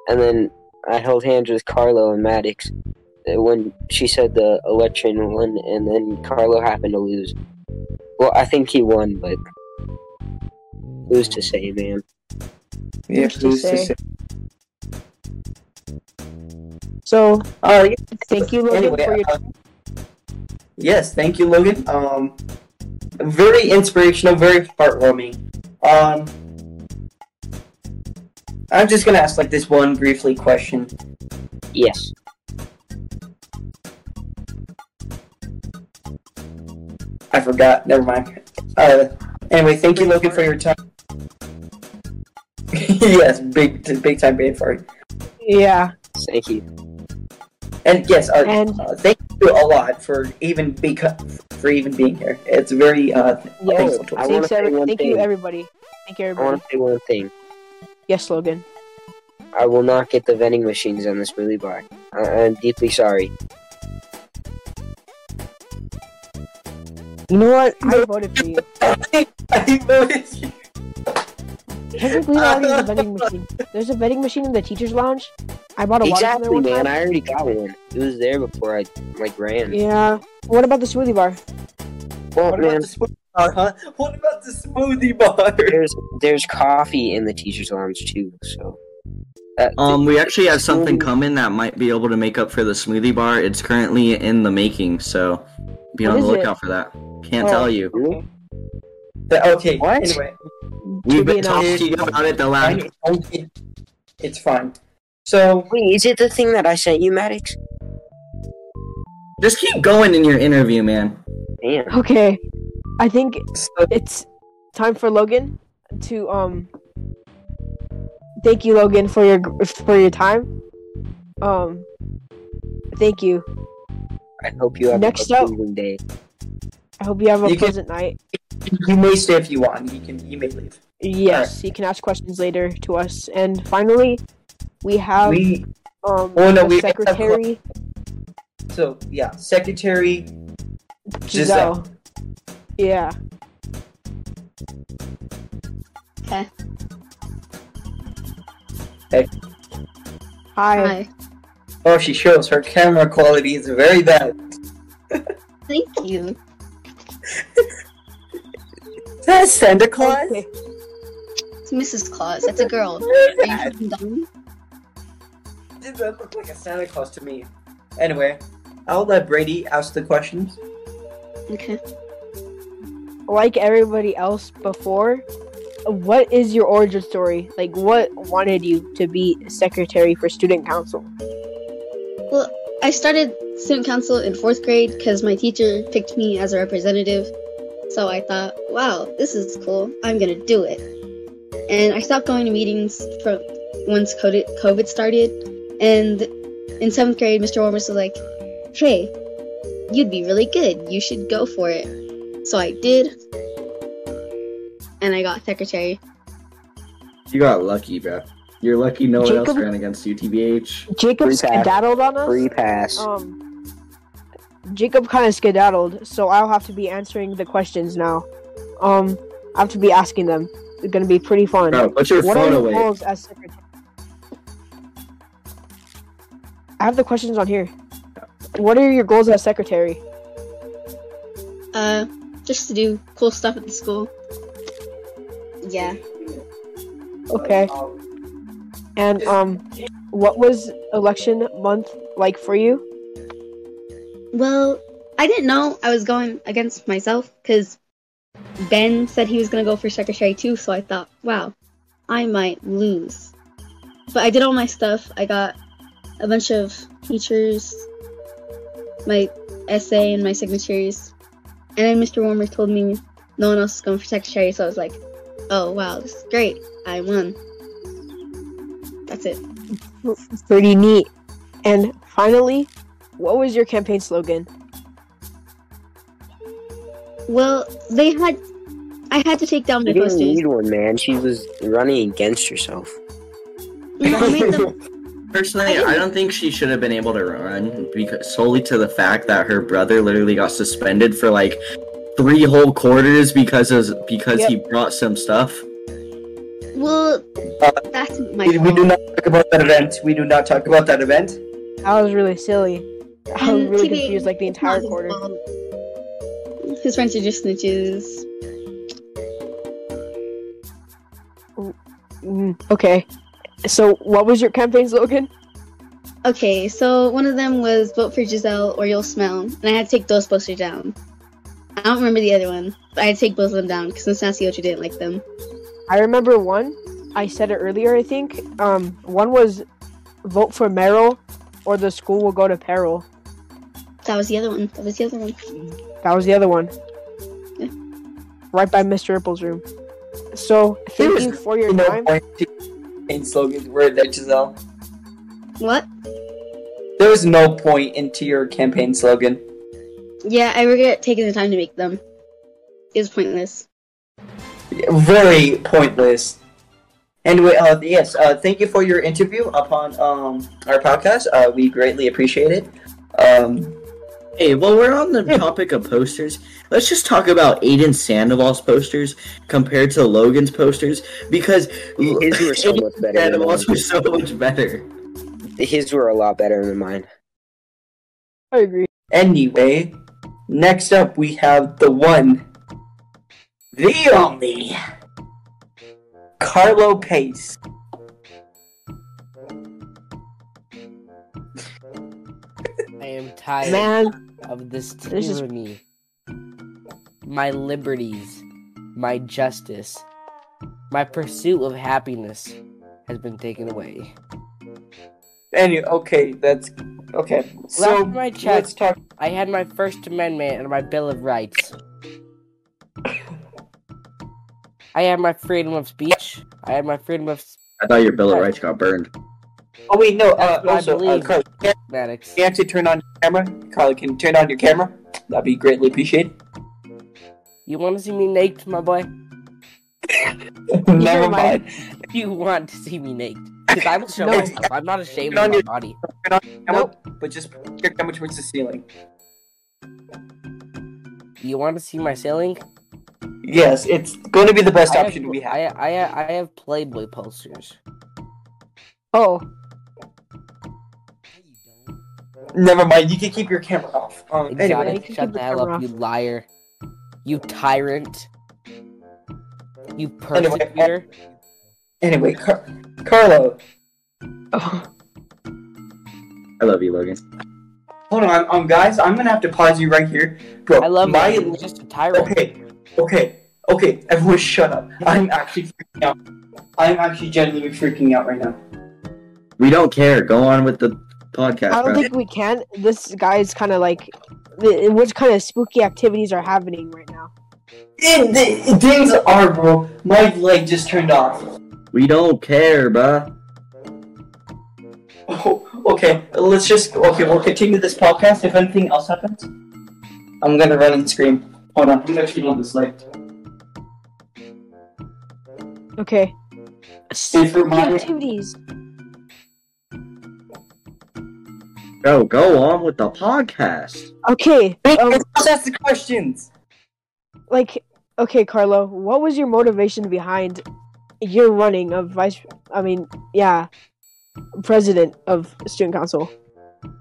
Speaker 8: And then I held hands with Carlo and Maddox uh, when she said the election won, and then Carlo happened to lose. Well, I think he won, but who's to say, man?
Speaker 2: Yeah,
Speaker 1: Who's to say? So
Speaker 8: Oh,
Speaker 2: Uh,
Speaker 1: thank you, Logan,
Speaker 2: Anyway,
Speaker 1: for your
Speaker 2: uh, yes, thank you, Logan. Um, very inspirational, very heartwarming. Um, I'm just gonna ask like this one briefly question.
Speaker 8: Yes.
Speaker 2: I forgot. Never mind. Uh, anyway, thank you, Logan, for your time. yes, big, t- big time brain fart.
Speaker 1: Yeah.
Speaker 8: Thank you.
Speaker 2: And yes, uh,
Speaker 1: And
Speaker 2: uh, thank you a lot for even beca- for even being here. It's very uh,
Speaker 1: yes,
Speaker 2: thankful to
Speaker 8: I
Speaker 2: us.
Speaker 8: wanna
Speaker 1: thanks,
Speaker 8: say
Speaker 1: every-
Speaker 8: one
Speaker 1: thank you,
Speaker 8: thing.
Speaker 1: everybody. Thank you,
Speaker 8: I want
Speaker 1: everybody.
Speaker 8: to say one thing.
Speaker 1: Yes, Logan.
Speaker 8: I will not get the vending machines on this movie bar. I- I'm deeply sorry.
Speaker 1: You know what? I voted for you.
Speaker 2: I noticed.
Speaker 1: Technically, not even a vending machine. There's a vending machine in the teacher's lounge. I bought a
Speaker 8: exactly,
Speaker 1: water from there one
Speaker 8: man.
Speaker 1: time.
Speaker 8: I already got one. It was there before I like ran.
Speaker 1: Yeah. What about the smoothie bar?
Speaker 8: Well,
Speaker 2: What
Speaker 8: man,
Speaker 2: about the smoothie bar, huh? What about the smoothie bar?
Speaker 8: there's there's coffee in the teachers' lounge too. So, Uh, that,
Speaker 5: Um, we actually have something
Speaker 8: Ooh.
Speaker 5: coming that might be able to make up for the smoothie bar. It's currently in the making, so be
Speaker 1: What
Speaker 5: on the
Speaker 1: is it?
Speaker 5: lookout for that. Can't
Speaker 1: Oh.
Speaker 5: tell you.
Speaker 1: Okay.
Speaker 2: The- okay.
Speaker 8: What?
Speaker 2: Anyway,
Speaker 5: We've
Speaker 1: be
Speaker 5: been talking
Speaker 1: announced.
Speaker 5: to you about it the
Speaker 2: I-
Speaker 5: last.
Speaker 2: okay. it's fine. So
Speaker 8: wait, is it the thing that I sent you, Maddox?
Speaker 5: Just keep going in your interview, man.
Speaker 8: Damn.
Speaker 1: Okay. I think
Speaker 2: so
Speaker 1: it's time for Logan to um. Thank you, Logan, for your for your time. Um. Thank you.
Speaker 8: I hope you have
Speaker 1: Oh, Next
Speaker 8: a
Speaker 1: up-
Speaker 8: pleasing day.
Speaker 1: I hope you have a
Speaker 2: You can-
Speaker 1: pleasant night.
Speaker 2: you may stay if you want. You can. You may leave.
Speaker 1: Yes, you can ask questions later to us. And finally, we have
Speaker 2: we
Speaker 1: um
Speaker 2: oh, no,
Speaker 1: the
Speaker 2: we have-
Speaker 1: secretary
Speaker 2: so yeah. Secretary
Speaker 1: Giselle.
Speaker 2: Giselle.
Speaker 1: Yeah. Hi.
Speaker 10: Hi.
Speaker 2: Oh, she shows her camera quality is very bad.
Speaker 10: Thank you.
Speaker 2: That's Santa Claus.
Speaker 1: Okay.
Speaker 10: It's Mrs. Claus. It's a girl. Are you fucking dumb?
Speaker 2: Did that look like a Santa Claus to me? Anyway, I'll let Brady ask the questions.
Speaker 10: Okay.
Speaker 1: Like everybody else before, what is your origin story? Like, what wanted you to be secretary for student council?
Speaker 10: Well, I started student council in fourth grade because my teacher picked me as a representative. So I thought, wow, this is cool. I'm going to do it. And I stopped going to meetings from once COVID COVID started. And in seventh grade, Mr. Warmers was like, hey, you'd be really good. You should go for it. So I did. And I got secretary.
Speaker 5: You got lucky, bro. You're lucky no one else
Speaker 1: Jacob-
Speaker 5: ran against you, TBH.
Speaker 1: Jacob
Speaker 8: Free pass.
Speaker 1: skedaddled on us.
Speaker 8: Free pass.
Speaker 1: Um, Jacob kind of skedaddled, so I'll have to be answering the questions now. Um, I have to be asking them. It's gonna be pretty fun.
Speaker 5: Bro, put your
Speaker 1: what are
Speaker 5: phone
Speaker 1: your
Speaker 5: away.
Speaker 1: goals as secretary? I have the questions on here. What are your goals as secretary?
Speaker 10: Uh, just to do cool stuff at the school. Yeah.
Speaker 1: Okay. And um, what was election month like for you?
Speaker 10: Well, I didn't know I was going against myself because Ben said he was going to go for secretary too, so I thought, wow, I might lose. But I did all my stuff. I got a bunch of teachers, my essay, and my signatures. And then Mr. Warmer told me no one else is going for secretary, so I was like, oh, wow, this is great. I won. That's it.
Speaker 1: Pretty neat. And finally, what was your campaign slogan?
Speaker 10: Well, they had. I had to take down my
Speaker 8: You didn't
Speaker 10: posters.
Speaker 8: need one, man. She was running against herself.
Speaker 10: No, I made them
Speaker 5: Personally, I don't think she should have been able to run because solely to the fact that her brother literally got suspended for like three whole quarters because of because he brought some stuff.
Speaker 10: Well,
Speaker 2: Uh,
Speaker 10: that's my
Speaker 2: We, we do
Speaker 10: fault.
Speaker 2: not talk about that event. We do not talk about that event.
Speaker 1: That was really silly. I was
Speaker 10: And
Speaker 1: really
Speaker 10: TBH
Speaker 1: confused, like the
Speaker 10: it's not
Speaker 1: entire
Speaker 10: his
Speaker 1: quarter.
Speaker 10: fault. His friends are just snitches.
Speaker 1: Mm, okay. So, what was your campaign slogan?
Speaker 10: Okay, so one of them was vote for Giselle or you'll smell, and I had to take those posters down. I don't remember the other one, but I had to take both of them down because Miss Masiocha didn't like them.
Speaker 1: I remember one. I said it earlier, I think. Um, one was vote for Merrill or the school will go to peril.
Speaker 10: That was the other one. That was the other one.
Speaker 1: That was the other one. right by Mr. Ripple's room. So thank
Speaker 2: was
Speaker 1: you for your
Speaker 2: You know,
Speaker 1: time.
Speaker 2: point to- in slogans were there, Giselle.
Speaker 10: What?
Speaker 2: There was no point into your campaign slogan.
Speaker 10: Yeah, I regret taking the time to make them. It was pointless.
Speaker 2: Very pointless. Anyway, uh, yes, uh, thank you for your interview upon um, our podcast. Uh, we greatly appreciate it. Um,
Speaker 5: Hey, well, we're on the topic of posters. Let's just talk about Aiden Sandoval's posters compared to Logan's posters because
Speaker 8: His were so
Speaker 5: Aiden
Speaker 8: much better. Than
Speaker 5: Sandoval's were
Speaker 8: mine.
Speaker 5: so much better.
Speaker 8: His were a lot better than mine.
Speaker 1: I agree.
Speaker 2: anyway, next up we have the one, the only, Carlo Pace.
Speaker 4: I am tired
Speaker 1: Man,
Speaker 4: of this
Speaker 1: This is-
Speaker 4: tyranny. My liberties, my justice, my pursuit of happiness has been taken away.
Speaker 2: Anyway, okay, that's okay. So
Speaker 4: Last time I checked-
Speaker 2: let's talk.
Speaker 4: I had my First Amendment and my Bill of Rights. I had my freedom of speech. I had my freedom of
Speaker 5: I thought your Bill of Rights got burned.
Speaker 2: Oh wait, no. Uh,
Speaker 4: That's what I
Speaker 2: also, uh,
Speaker 4: believe.
Speaker 2: Carlo, can
Speaker 4: mathematics.
Speaker 2: you actually turn on your camera? Carlo, can you turn on your camera? That'd be greatly appreciated.
Speaker 4: You want to see me naked, my boy?
Speaker 2: Never
Speaker 1: mind.
Speaker 2: mind.
Speaker 4: You want to see me naked? Because I will show
Speaker 2: No.
Speaker 4: myself. I'm not ashamed
Speaker 2: Get on
Speaker 4: of my
Speaker 2: your-
Speaker 4: body.
Speaker 2: Nope. But just point your camera towards the ceiling.
Speaker 4: You want to see my ceiling?
Speaker 2: Yes, it's going to be the best
Speaker 4: I have-
Speaker 2: option we have.
Speaker 4: I, I, I have Playboy posters.
Speaker 1: oh,
Speaker 2: Never mind. You can keep your camera off. Um,
Speaker 4: Exotic,
Speaker 2: anyway,
Speaker 1: you keep
Speaker 4: shut the
Speaker 1: the
Speaker 4: hell
Speaker 1: camera
Speaker 4: up, you liar. You tyrant. You persecutor.
Speaker 2: anyway, Car- Carlo,
Speaker 5: I love you, Logan.
Speaker 2: hold on, um, guys. I'm gonna have to pause you right here, bro.
Speaker 4: I love
Speaker 2: my.
Speaker 4: my you. You're just a tyrant.
Speaker 2: Okay, okay, okay. Everyone, shut up. I'm actually freaking out. I'm actually genuinely freaking out right now.
Speaker 5: We don't care. Go on with the podcast.
Speaker 1: I don't
Speaker 5: bro.
Speaker 1: think we can. This guy is kind of like, th- what kind of spooky activities are happening right now?
Speaker 2: It, th- things are, bro. My leg just turned off.
Speaker 5: we don't care, bruh.
Speaker 2: Oh, okay. Let's just. Okay, we'll continue this podcast. If anything else happens, I'm gonna run and scream. Hold on. I'm gonna turn on this light.
Speaker 1: Okay.
Speaker 2: If you're
Speaker 1: Spooky
Speaker 2: my-
Speaker 1: activities.
Speaker 5: Bro, go on with the podcast.
Speaker 1: Okay. Um,
Speaker 2: Let's ask the questions.
Speaker 1: like okay carlo what was your motivation behind your running of vice i mean yeah president of student council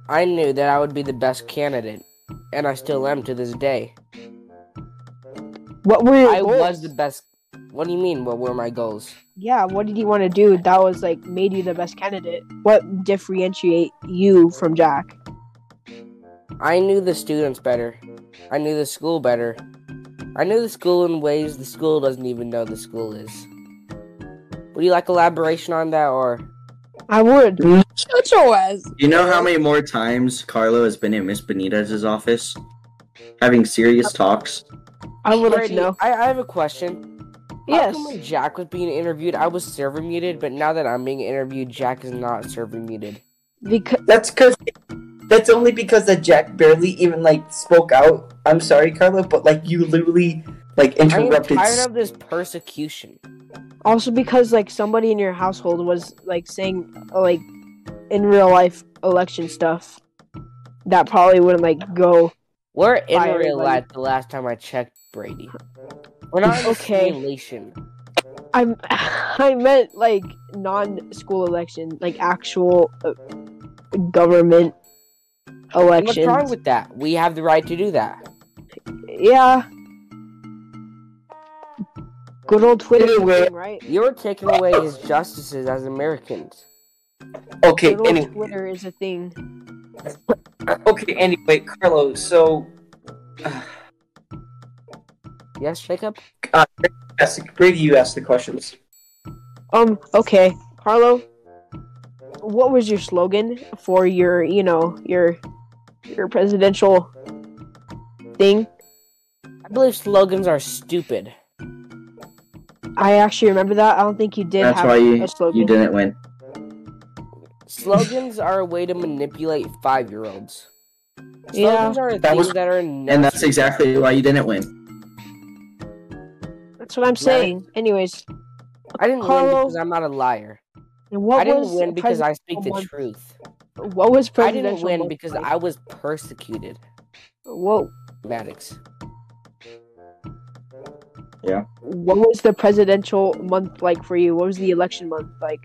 Speaker 4: I knew that I would be the best candidate, and I still am to this day.
Speaker 1: what were your
Speaker 4: I
Speaker 1: goals?
Speaker 4: was the best. What do you mean? What were my goals?
Speaker 1: yeah what did you want to do that was like made you the best candidate what differentiate you from jack
Speaker 4: I knew the students better. I knew the school better. I knew the school in ways the school doesn't even know the school is. Would you like elaboration on that, or
Speaker 1: i would
Speaker 3: Shut your ass.
Speaker 5: You know how many more times Carlo has been in Miss Benitez's office, having serious talks.
Speaker 1: i would like
Speaker 4: Alrighty,
Speaker 1: to know
Speaker 4: I, I have a question. How
Speaker 1: yes
Speaker 4: come when Jack was being interviewed, I was server muted, but now that I'm being interviewed, Jack is not server muted.
Speaker 1: because
Speaker 2: That's because. That's only because that Jack barely even like spoke out. I'm sorry, Carlo, but like you literally like
Speaker 4: I am
Speaker 2: interrupted.
Speaker 4: tired of this persecution.
Speaker 1: also because like somebody in your household was like saying uh, like in real life election stuff that probably wouldn't like go
Speaker 4: We're in
Speaker 1: Bye,
Speaker 4: real
Speaker 1: everybody.
Speaker 4: life. The last time I checked, Brady. We're not in a
Speaker 1: Okay.
Speaker 4: simulation.
Speaker 1: I'm I meant like non-school election, like actual uh, government
Speaker 4: And What's
Speaker 1: elections.
Speaker 4: wrong with that? We have the right to do that.
Speaker 1: yeah. Good old Twitter,
Speaker 2: Anyway.
Speaker 1: thing, right?
Speaker 4: You're taking away his justices as Americans.
Speaker 2: Okay,
Speaker 1: Good old
Speaker 2: anyway.
Speaker 1: Twitter is a thing.
Speaker 2: Okay, anyway, Carlo, so
Speaker 4: Yes, Jacob?
Speaker 2: ask, Brady, you asked the questions.
Speaker 1: Um. Okay, Carlo. What was your slogan for your, you know, your your presidential thing?
Speaker 4: believe slogans are stupid.
Speaker 1: I actually remember that. I don't think you did
Speaker 5: That's
Speaker 1: have
Speaker 5: why you
Speaker 1: a slogan.
Speaker 5: you didn't win.
Speaker 4: Slogans are a way to manipulate five-year-olds. Slogans
Speaker 1: Yeah.
Speaker 4: are a
Speaker 5: That
Speaker 4: things
Speaker 5: was-
Speaker 4: that are
Speaker 5: And that's exactly why you didn't win.
Speaker 1: That's what I'm saying. Anyways,
Speaker 4: I didn't win
Speaker 1: Carlo-
Speaker 4: because I'm not a liar.
Speaker 1: what
Speaker 4: I didn't
Speaker 1: was
Speaker 4: win because I speak the
Speaker 1: presidential
Speaker 4: truth.
Speaker 1: month- what was
Speaker 4: I didn't
Speaker 1: presidential?
Speaker 4: win
Speaker 1: month
Speaker 4: because
Speaker 1: like?
Speaker 4: I was persecuted.
Speaker 1: Whoa.
Speaker 4: Maddox.
Speaker 1: What was the presidential month like for you? What was the election month like?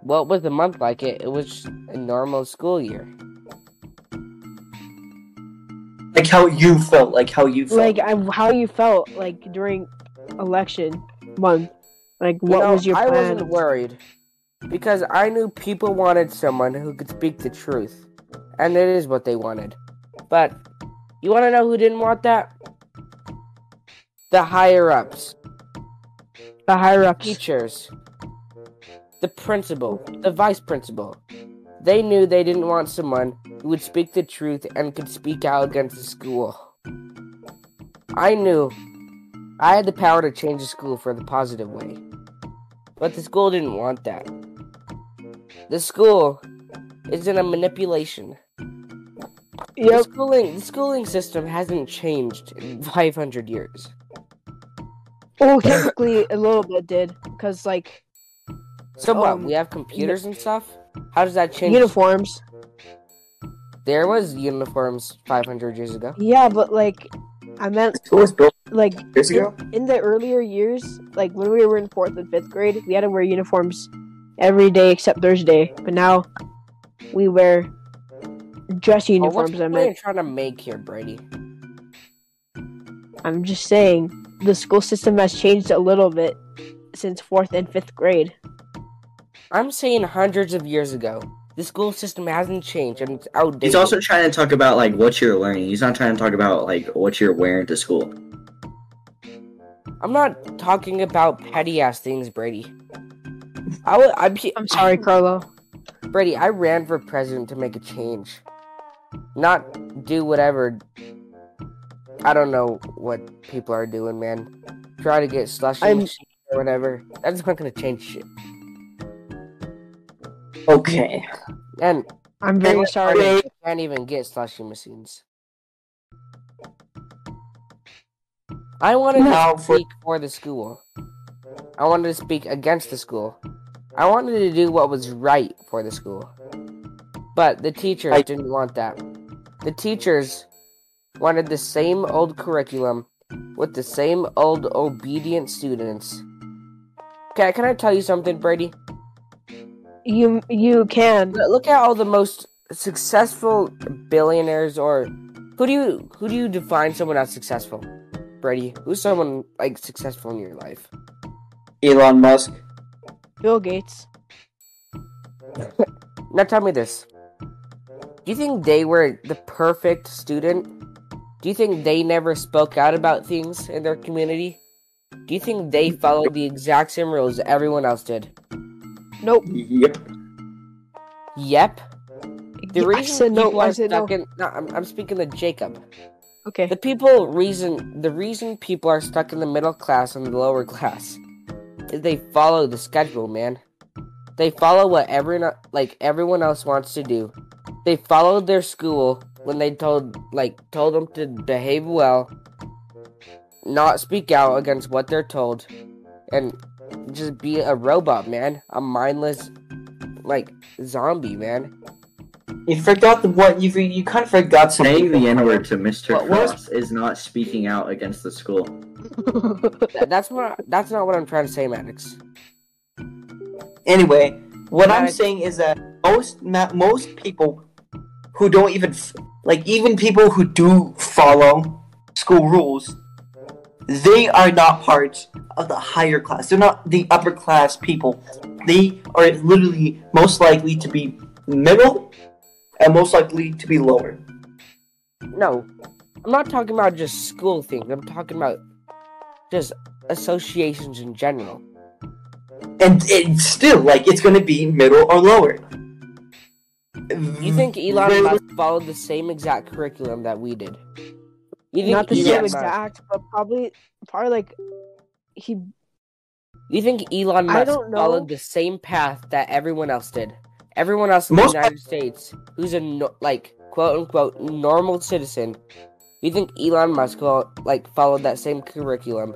Speaker 4: What was the month like? It it was just a normal school year.
Speaker 2: Like how you felt. Like how you felt.
Speaker 1: Like I, how you felt like during election month? Like
Speaker 4: You
Speaker 1: what
Speaker 4: know,
Speaker 1: was your
Speaker 4: I
Speaker 1: plan?
Speaker 4: wasn't worried because I knew people wanted someone who could speak the truth, and it is what they wanted. But you want to know who didn't want that? The higher ups,
Speaker 1: the higher ups.
Speaker 4: teachers, the principal, the vice principal. They knew they didn't want someone who would speak the truth and could speak out against the school. I knew I had the power to change the school for the positive way. But the school didn't want that. The school is in a manipulation. The,
Speaker 1: Yep.
Speaker 4: schooling, the schooling system hasn't changed in 500 years.
Speaker 1: Well, technically, a little bit did because like
Speaker 4: So what?
Speaker 1: Um,
Speaker 4: We have computers and stuff? How does that change?
Speaker 1: uniforms.
Speaker 4: There was uniforms 500 years ago.
Speaker 1: Yeah, but like I meant
Speaker 2: Who was built
Speaker 1: like
Speaker 2: years ago?
Speaker 1: in the earlier years, like when we were in fourth and fifth grade, we had to wear uniforms every day except Thursday. But now we wear dress
Speaker 4: Oh, what's
Speaker 1: uniforms.
Speaker 4: the
Speaker 1: I
Speaker 4: point you're
Speaker 1: meant.
Speaker 4: trying to make here, Brady?
Speaker 1: I'm just saying the school system has changed a little bit since fourth and fifth grade.
Speaker 4: I'm saying hundreds of years ago. The school system hasn't changed and it's outdated.
Speaker 5: He's also trying to talk about like what you're learning. He's not trying to talk about like what you're wearing to school.
Speaker 4: I'm not talking about petty ass things, Brady. I would, I'm,
Speaker 1: I'm sorry, Carlo.
Speaker 4: Brady, I ran for president to make a change. Not do whatever. I don't know what people are doing, man. Try to get slushy
Speaker 1: I'm-
Speaker 4: machine or whatever. That's not gonna change shit.
Speaker 2: Okay.
Speaker 4: And
Speaker 1: I'm very sorry.
Speaker 4: I can't even get slushy machines. I wanted
Speaker 2: Now
Speaker 4: to
Speaker 2: for-
Speaker 4: speak for the school. I wanted to speak against the school. I wanted to do what was right for the school. But the teachers
Speaker 2: I-
Speaker 4: didn't want that. The teachers wanted the same old curriculum with the same old obedient students. Okay, can I tell you something, Brady?
Speaker 1: You you can.
Speaker 4: L- Look at all the most successful billionaires, or who do you who do you define someone as successful? Brady, who's someone like successful in your life?
Speaker 2: Elon Musk.
Speaker 1: Bill Gates.
Speaker 4: Now tell me this: Do you think they were the perfect student? Do you think they never spoke out about things in their community? Do you think they followed the exact same rules everyone else did?
Speaker 1: Nope.
Speaker 2: Yep.
Speaker 4: Yep. The
Speaker 1: I said
Speaker 4: reason
Speaker 1: no.
Speaker 4: people
Speaker 1: I
Speaker 4: are
Speaker 1: said no.
Speaker 4: stuck in no, I'm, I'm speaking to Jacob.
Speaker 1: Okay.
Speaker 4: The people reason the reason people are stuck in the middle class and the lower class is they follow the schedule, man. They follow what everyone like everyone else wants to do. They followed their school when they told like told them to behave well, not speak out against what they're told, and just be a robot, man, a mindless like zombie, man.
Speaker 2: You forgot the what you you kind of forgot
Speaker 5: Saying
Speaker 2: something.
Speaker 5: the N word to Mr.
Speaker 4: What was-
Speaker 5: Cross is not speaking out against the school.
Speaker 4: Th- That's what that's not what I'm trying to say, Maddox.
Speaker 2: Anyway, what I'm
Speaker 4: Maddox.
Speaker 2: saying is that most ma- most people who don't even f- like even people who do follow school rules, they are not part of the higher class. They're not the upper class people. They are literally most likely to be middle and most likely to be lower.
Speaker 4: No, I'm not talking about just school things. I'm talking about just associations in general.
Speaker 2: And it's still like it's going to be middle or lower. Mm.
Speaker 4: You think Elon Musk followed the same exact curriculum that we did? You think
Speaker 1: Not the
Speaker 5: Elon
Speaker 1: same
Speaker 4: Elon
Speaker 5: Musk-
Speaker 1: exact, but probably probably like he
Speaker 4: You think Elon
Speaker 1: I
Speaker 4: Musk
Speaker 1: don't know.
Speaker 4: followed the same path that everyone else did? Everyone else in
Speaker 5: Most-
Speaker 4: the United States who's a no, like quote unquote normal citizen. You think Elon Musk fol- like followed that same curriculum?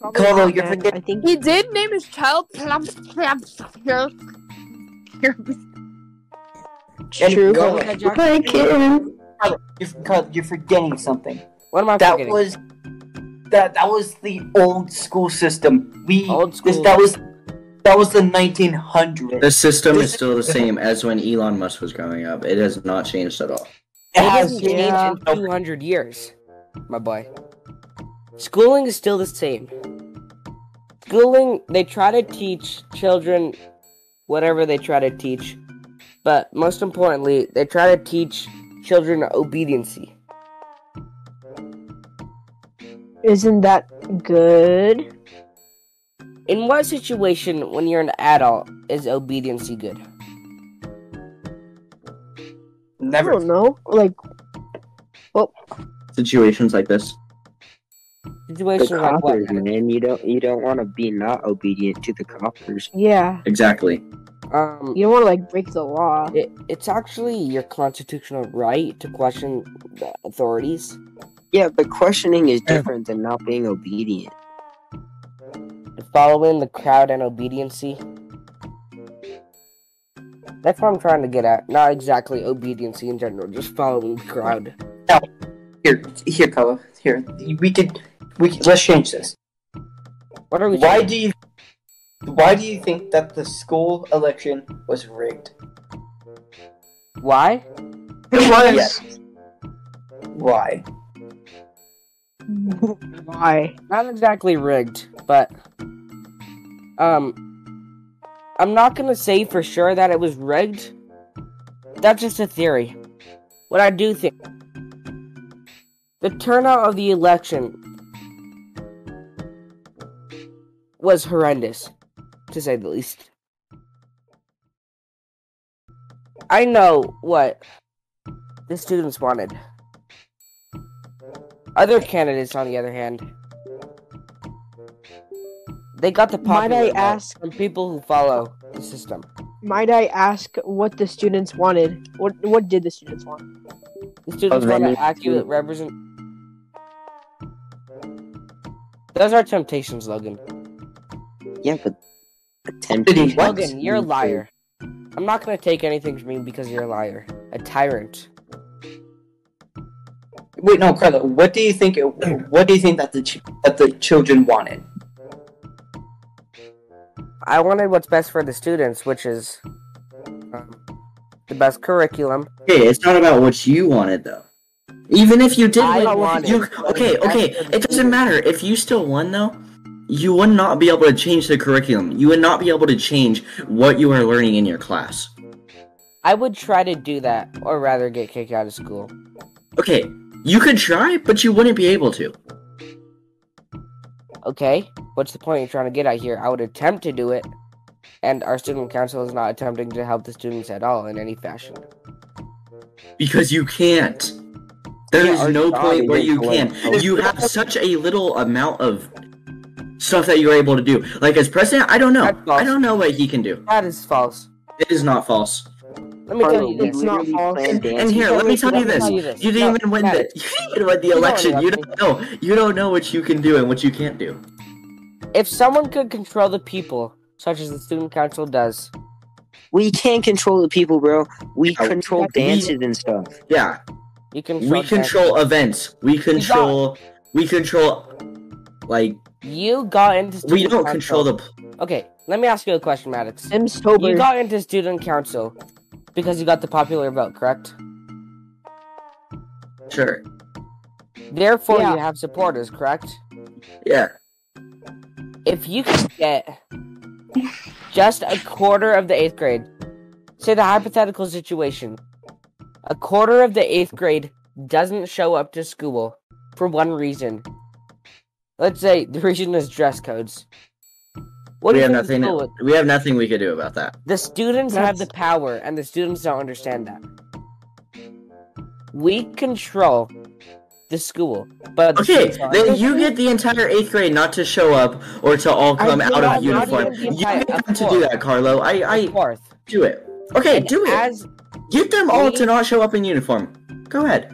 Speaker 1: probably
Speaker 2: Carlo,
Speaker 1: not,
Speaker 2: you're
Speaker 1: man.
Speaker 2: forgetting-
Speaker 1: I think
Speaker 3: He did name his child Plump Plump
Speaker 1: it's
Speaker 2: And
Speaker 1: true.
Speaker 2: go-
Speaker 1: but- Jack,
Speaker 2: Hey, Karen. Carl, You're, Carl, you're forgetting something.
Speaker 4: What am I
Speaker 2: that
Speaker 4: forgetting?
Speaker 2: was that that was the old school system. We
Speaker 4: Old
Speaker 2: This,
Speaker 4: school.
Speaker 2: that was that was the 1900s.
Speaker 5: The system
Speaker 2: This-
Speaker 5: is still the same as when Elon Musk was growing up. It has not changed at all.
Speaker 2: It
Speaker 4: It
Speaker 2: has-
Speaker 4: hasn't changed in 200 years, my boy. Schooling is still the same. Schooling, they try to teach children whatever they try to teach, but most importantly, they try to teach children obediency.
Speaker 1: Isn't that good?
Speaker 4: In what situation, when you're an adult, is obediency good?
Speaker 1: I
Speaker 2: Never.
Speaker 1: don't know. Like
Speaker 5: Situations like this.
Speaker 4: Situations
Speaker 8: The
Speaker 4: like what?
Speaker 8: coppers, man. You don't you don't want to be not obedient to the coppers.
Speaker 1: yeah,
Speaker 5: Exactly.
Speaker 4: Um,
Speaker 1: you don't want to like break the law.
Speaker 4: it, it's actually your constitutional right to question the authorities.
Speaker 8: Yeah, but questioning is different than not being obedient.
Speaker 4: following the crowd and obediency. That's what I'm trying to get at. Not exactly obediency in general, just following the crowd.
Speaker 2: Here, here, Carlo. Here, we could. We could, let's change this.
Speaker 4: What are we?
Speaker 2: Why
Speaker 4: Why?
Speaker 2: do you? Why do you think that the school election was rigged?
Speaker 4: Why?
Speaker 3: It was.
Speaker 2: Yes. Why?
Speaker 1: Why?
Speaker 4: Not exactly rigged, but um, I'm not gonna say for sure that it was rigged. That's just a theory. What I do think, the turnout of the election was horrendous, to say the least. I know what the students wanted. Other candidates, on the other hand, they got the
Speaker 1: Might
Speaker 4: popular
Speaker 1: I
Speaker 4: vote
Speaker 1: ask-
Speaker 4: from people who follow the system.
Speaker 1: Might I ask what the students wanted? What what did the students want?
Speaker 4: The students want
Speaker 5: venue
Speaker 4: an
Speaker 5: to-
Speaker 4: accurate represent. Those are temptations, Logan.
Speaker 8: Yeah, but
Speaker 2: Did he-
Speaker 8: attempting.
Speaker 2: What?
Speaker 4: Logan, you're a liar. I'm not gonna take anything from you because you're a liar, a tyrant.
Speaker 2: Wait, no, Carlo. What do you think? It, what do you think that the ch- that the children wanted?
Speaker 4: I wanted what's best for the students, which is um, the best curriculum.
Speaker 5: Hey, it's not about what you wanted though. Even if you did
Speaker 4: I
Speaker 5: win,
Speaker 4: wanted-
Speaker 5: you okay, okay. It doesn't matter if you still won though. You would not be able to change the curriculum. You would not be able to change what you are learning in your class.
Speaker 4: I would try to do that, or rather, get kicked out of school.
Speaker 5: Okay, you could try, but you wouldn't be able to.
Speaker 4: Okay, what's the point you're trying to get at here? I would attempt to do it, and our student council is not attempting to help the students at all in any fashion.
Speaker 5: Because you can't. There
Speaker 4: Yeah,
Speaker 5: is
Speaker 4: our
Speaker 5: no
Speaker 4: job
Speaker 5: point where
Speaker 4: is
Speaker 5: you
Speaker 4: to
Speaker 5: can.
Speaker 4: learn.
Speaker 5: You have such a little amount of stuff that you're able to do. Like as president, I don't know.
Speaker 4: That's false.
Speaker 5: I don't know what he can do.
Speaker 4: That is false.
Speaker 5: It is not false.
Speaker 4: Let me tell you
Speaker 1: It's
Speaker 4: this.
Speaker 1: not false.
Speaker 5: And, and here, let me tell you this. You didn't even win the you didn't even win the
Speaker 4: You don't
Speaker 5: election. You
Speaker 4: elect
Speaker 5: don't know. You don't know what you can do and what you can't do.
Speaker 4: If someone could control the people, such as the student council does,
Speaker 8: We can't control the people, bro. We
Speaker 5: Yeah,
Speaker 8: control
Speaker 5: we-
Speaker 8: dances and stuff.
Speaker 5: Yeah.
Speaker 4: you can
Speaker 5: We control events. We control we control like
Speaker 4: You got into. Student
Speaker 5: we don't control the
Speaker 4: the. Okay, let me ask you a question, Maddox.
Speaker 1: Them sober.
Speaker 4: You got into student council because you got the popular vote, correct?
Speaker 5: sure.
Speaker 4: Therefore,
Speaker 1: Yeah.
Speaker 4: you have supporters, correct?
Speaker 5: Yeah.
Speaker 4: If you could get just a quarter of the eighth grade, say the hypothetical situation, a quarter of the eighth grade doesn't show up to school for one reason. Let's say the reason is dress codes. What
Speaker 5: we
Speaker 4: do you
Speaker 5: have
Speaker 4: think the
Speaker 5: nothing
Speaker 4: school-
Speaker 5: we have nothing we could do about that.
Speaker 4: The students have the
Speaker 1: That's-
Speaker 4: power, and the students don't understand that. We control the school. But the
Speaker 5: Okay,
Speaker 4: kids aren't.
Speaker 5: then you get the entire eighth grade not to show up or to all come out
Speaker 4: not-
Speaker 5: of
Speaker 4: not
Speaker 5: uniform.
Speaker 4: even the
Speaker 5: You
Speaker 4: entire-
Speaker 5: get
Speaker 4: of
Speaker 5: them to do
Speaker 4: course.
Speaker 5: that, Carlo. I, I
Speaker 4: fourth.
Speaker 5: do it. Okay,
Speaker 4: And
Speaker 5: do it.
Speaker 4: As
Speaker 5: Get them all to
Speaker 4: we-
Speaker 5: not show up in uniform. Go ahead.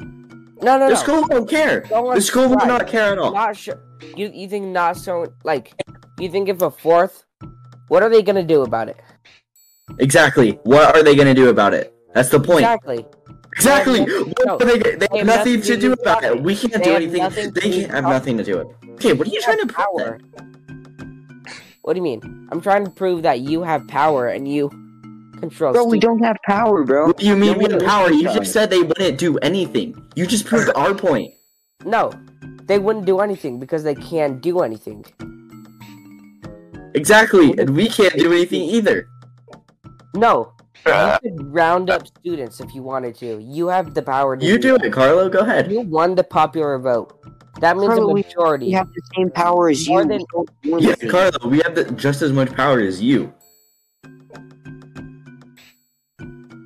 Speaker 4: no, no,
Speaker 5: The
Speaker 4: no.
Speaker 5: school won't care.
Speaker 4: No
Speaker 5: The
Speaker 4: one's
Speaker 5: school will
Speaker 4: right.
Speaker 5: not care at all.
Speaker 4: not sure. You you think not so like you think if a fourth, what are they gonna do about it?
Speaker 5: Exactly. What are they gonna do about it? That's the point.
Speaker 4: Exactly.
Speaker 5: Exactly.
Speaker 4: No,
Speaker 5: What are they, they
Speaker 4: they have
Speaker 5: have nothing
Speaker 4: nothing
Speaker 5: to
Speaker 4: to
Speaker 5: do
Speaker 4: do
Speaker 5: about
Speaker 4: with
Speaker 5: it. We can't
Speaker 4: They
Speaker 5: do
Speaker 4: have
Speaker 5: anything.
Speaker 4: nothing to
Speaker 5: They
Speaker 4: do
Speaker 5: can't have
Speaker 4: with
Speaker 5: nothing to do it. Okay, what are you
Speaker 4: You
Speaker 5: trying to
Speaker 4: have
Speaker 5: prove? then?
Speaker 4: What do you mean? I'm trying to prove that you have power and you control.
Speaker 8: Bro, we
Speaker 4: Steve.
Speaker 8: don't have power, bro.
Speaker 5: What do you mean
Speaker 8: No
Speaker 5: we have
Speaker 8: one
Speaker 5: power?
Speaker 8: listens
Speaker 5: You
Speaker 8: to
Speaker 5: just said they wouldn't do anything. You just proved our point.
Speaker 4: No, they wouldn't do anything because they can't do anything.
Speaker 5: Exactly, and we can't do anything either.
Speaker 4: No,
Speaker 5: Uh.
Speaker 4: you could round up students if you wanted to. You have the power to.
Speaker 5: You do
Speaker 4: that.
Speaker 5: it, Carlo. Go ahead.
Speaker 4: You won the popular vote. That means
Speaker 8: Carlo,
Speaker 4: a
Speaker 8: we-
Speaker 4: majority.
Speaker 8: We have the same power as you.
Speaker 4: More
Speaker 8: We
Speaker 4: than-
Speaker 8: don't do
Speaker 5: Yeah,
Speaker 8: anything.
Speaker 5: Carlo, we have the, just as much power as you.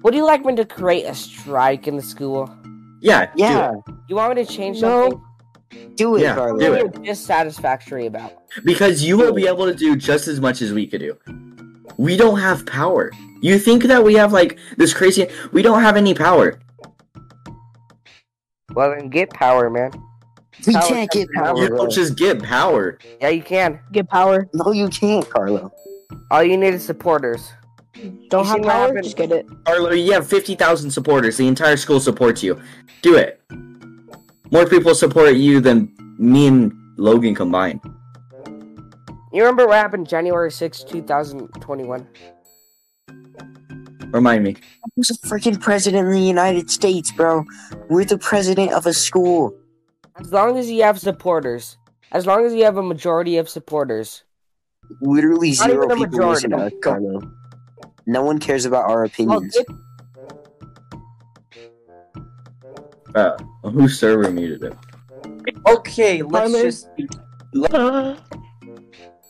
Speaker 4: Would you like me to create a strike in the school?
Speaker 5: Yeah,
Speaker 8: yeah,
Speaker 4: You want me to change
Speaker 1: No.
Speaker 4: something?
Speaker 8: do
Speaker 5: do
Speaker 8: it,
Speaker 5: it. Yeah,
Speaker 8: Carlo.
Speaker 5: do
Speaker 4: What
Speaker 5: it.
Speaker 4: are you dissatisfactory about?
Speaker 5: Because you will be able to do just as much as we could do. We don't have power. You think that we have like this crazy? We don't have any power.
Speaker 4: Well, then get power, man.
Speaker 8: We
Speaker 4: Power
Speaker 8: can't get
Speaker 4: comes
Speaker 8: power.
Speaker 5: You don't just get power.
Speaker 4: Yeah, you can.
Speaker 1: Get power.
Speaker 8: No, you can't, Carlo.
Speaker 4: All you need is supporters.
Speaker 1: Don't
Speaker 4: You
Speaker 1: have
Speaker 4: see what
Speaker 1: power.
Speaker 4: happened?
Speaker 1: Just get it.
Speaker 5: Carlo, you have 50,000 supporters. The entire school supports you. Do it. More people support you than me and Logan combined.
Speaker 4: You remember what happened January sixth, two 2021?
Speaker 5: Remind me.
Speaker 8: Who's the freaking president of the United States, bro? We're the president of a school.
Speaker 4: As long as you have supporters, as long as you have a majority of supporters,
Speaker 8: Literally
Speaker 4: Not
Speaker 8: zero
Speaker 4: even a
Speaker 8: people listen to us,
Speaker 4: majority.
Speaker 8: Carlo. No one cares about our
Speaker 4: I'll
Speaker 8: opinions.
Speaker 4: get
Speaker 5: Uh, whose server muted it?
Speaker 2: Okay, let's
Speaker 1: Tyler?
Speaker 2: just. Let,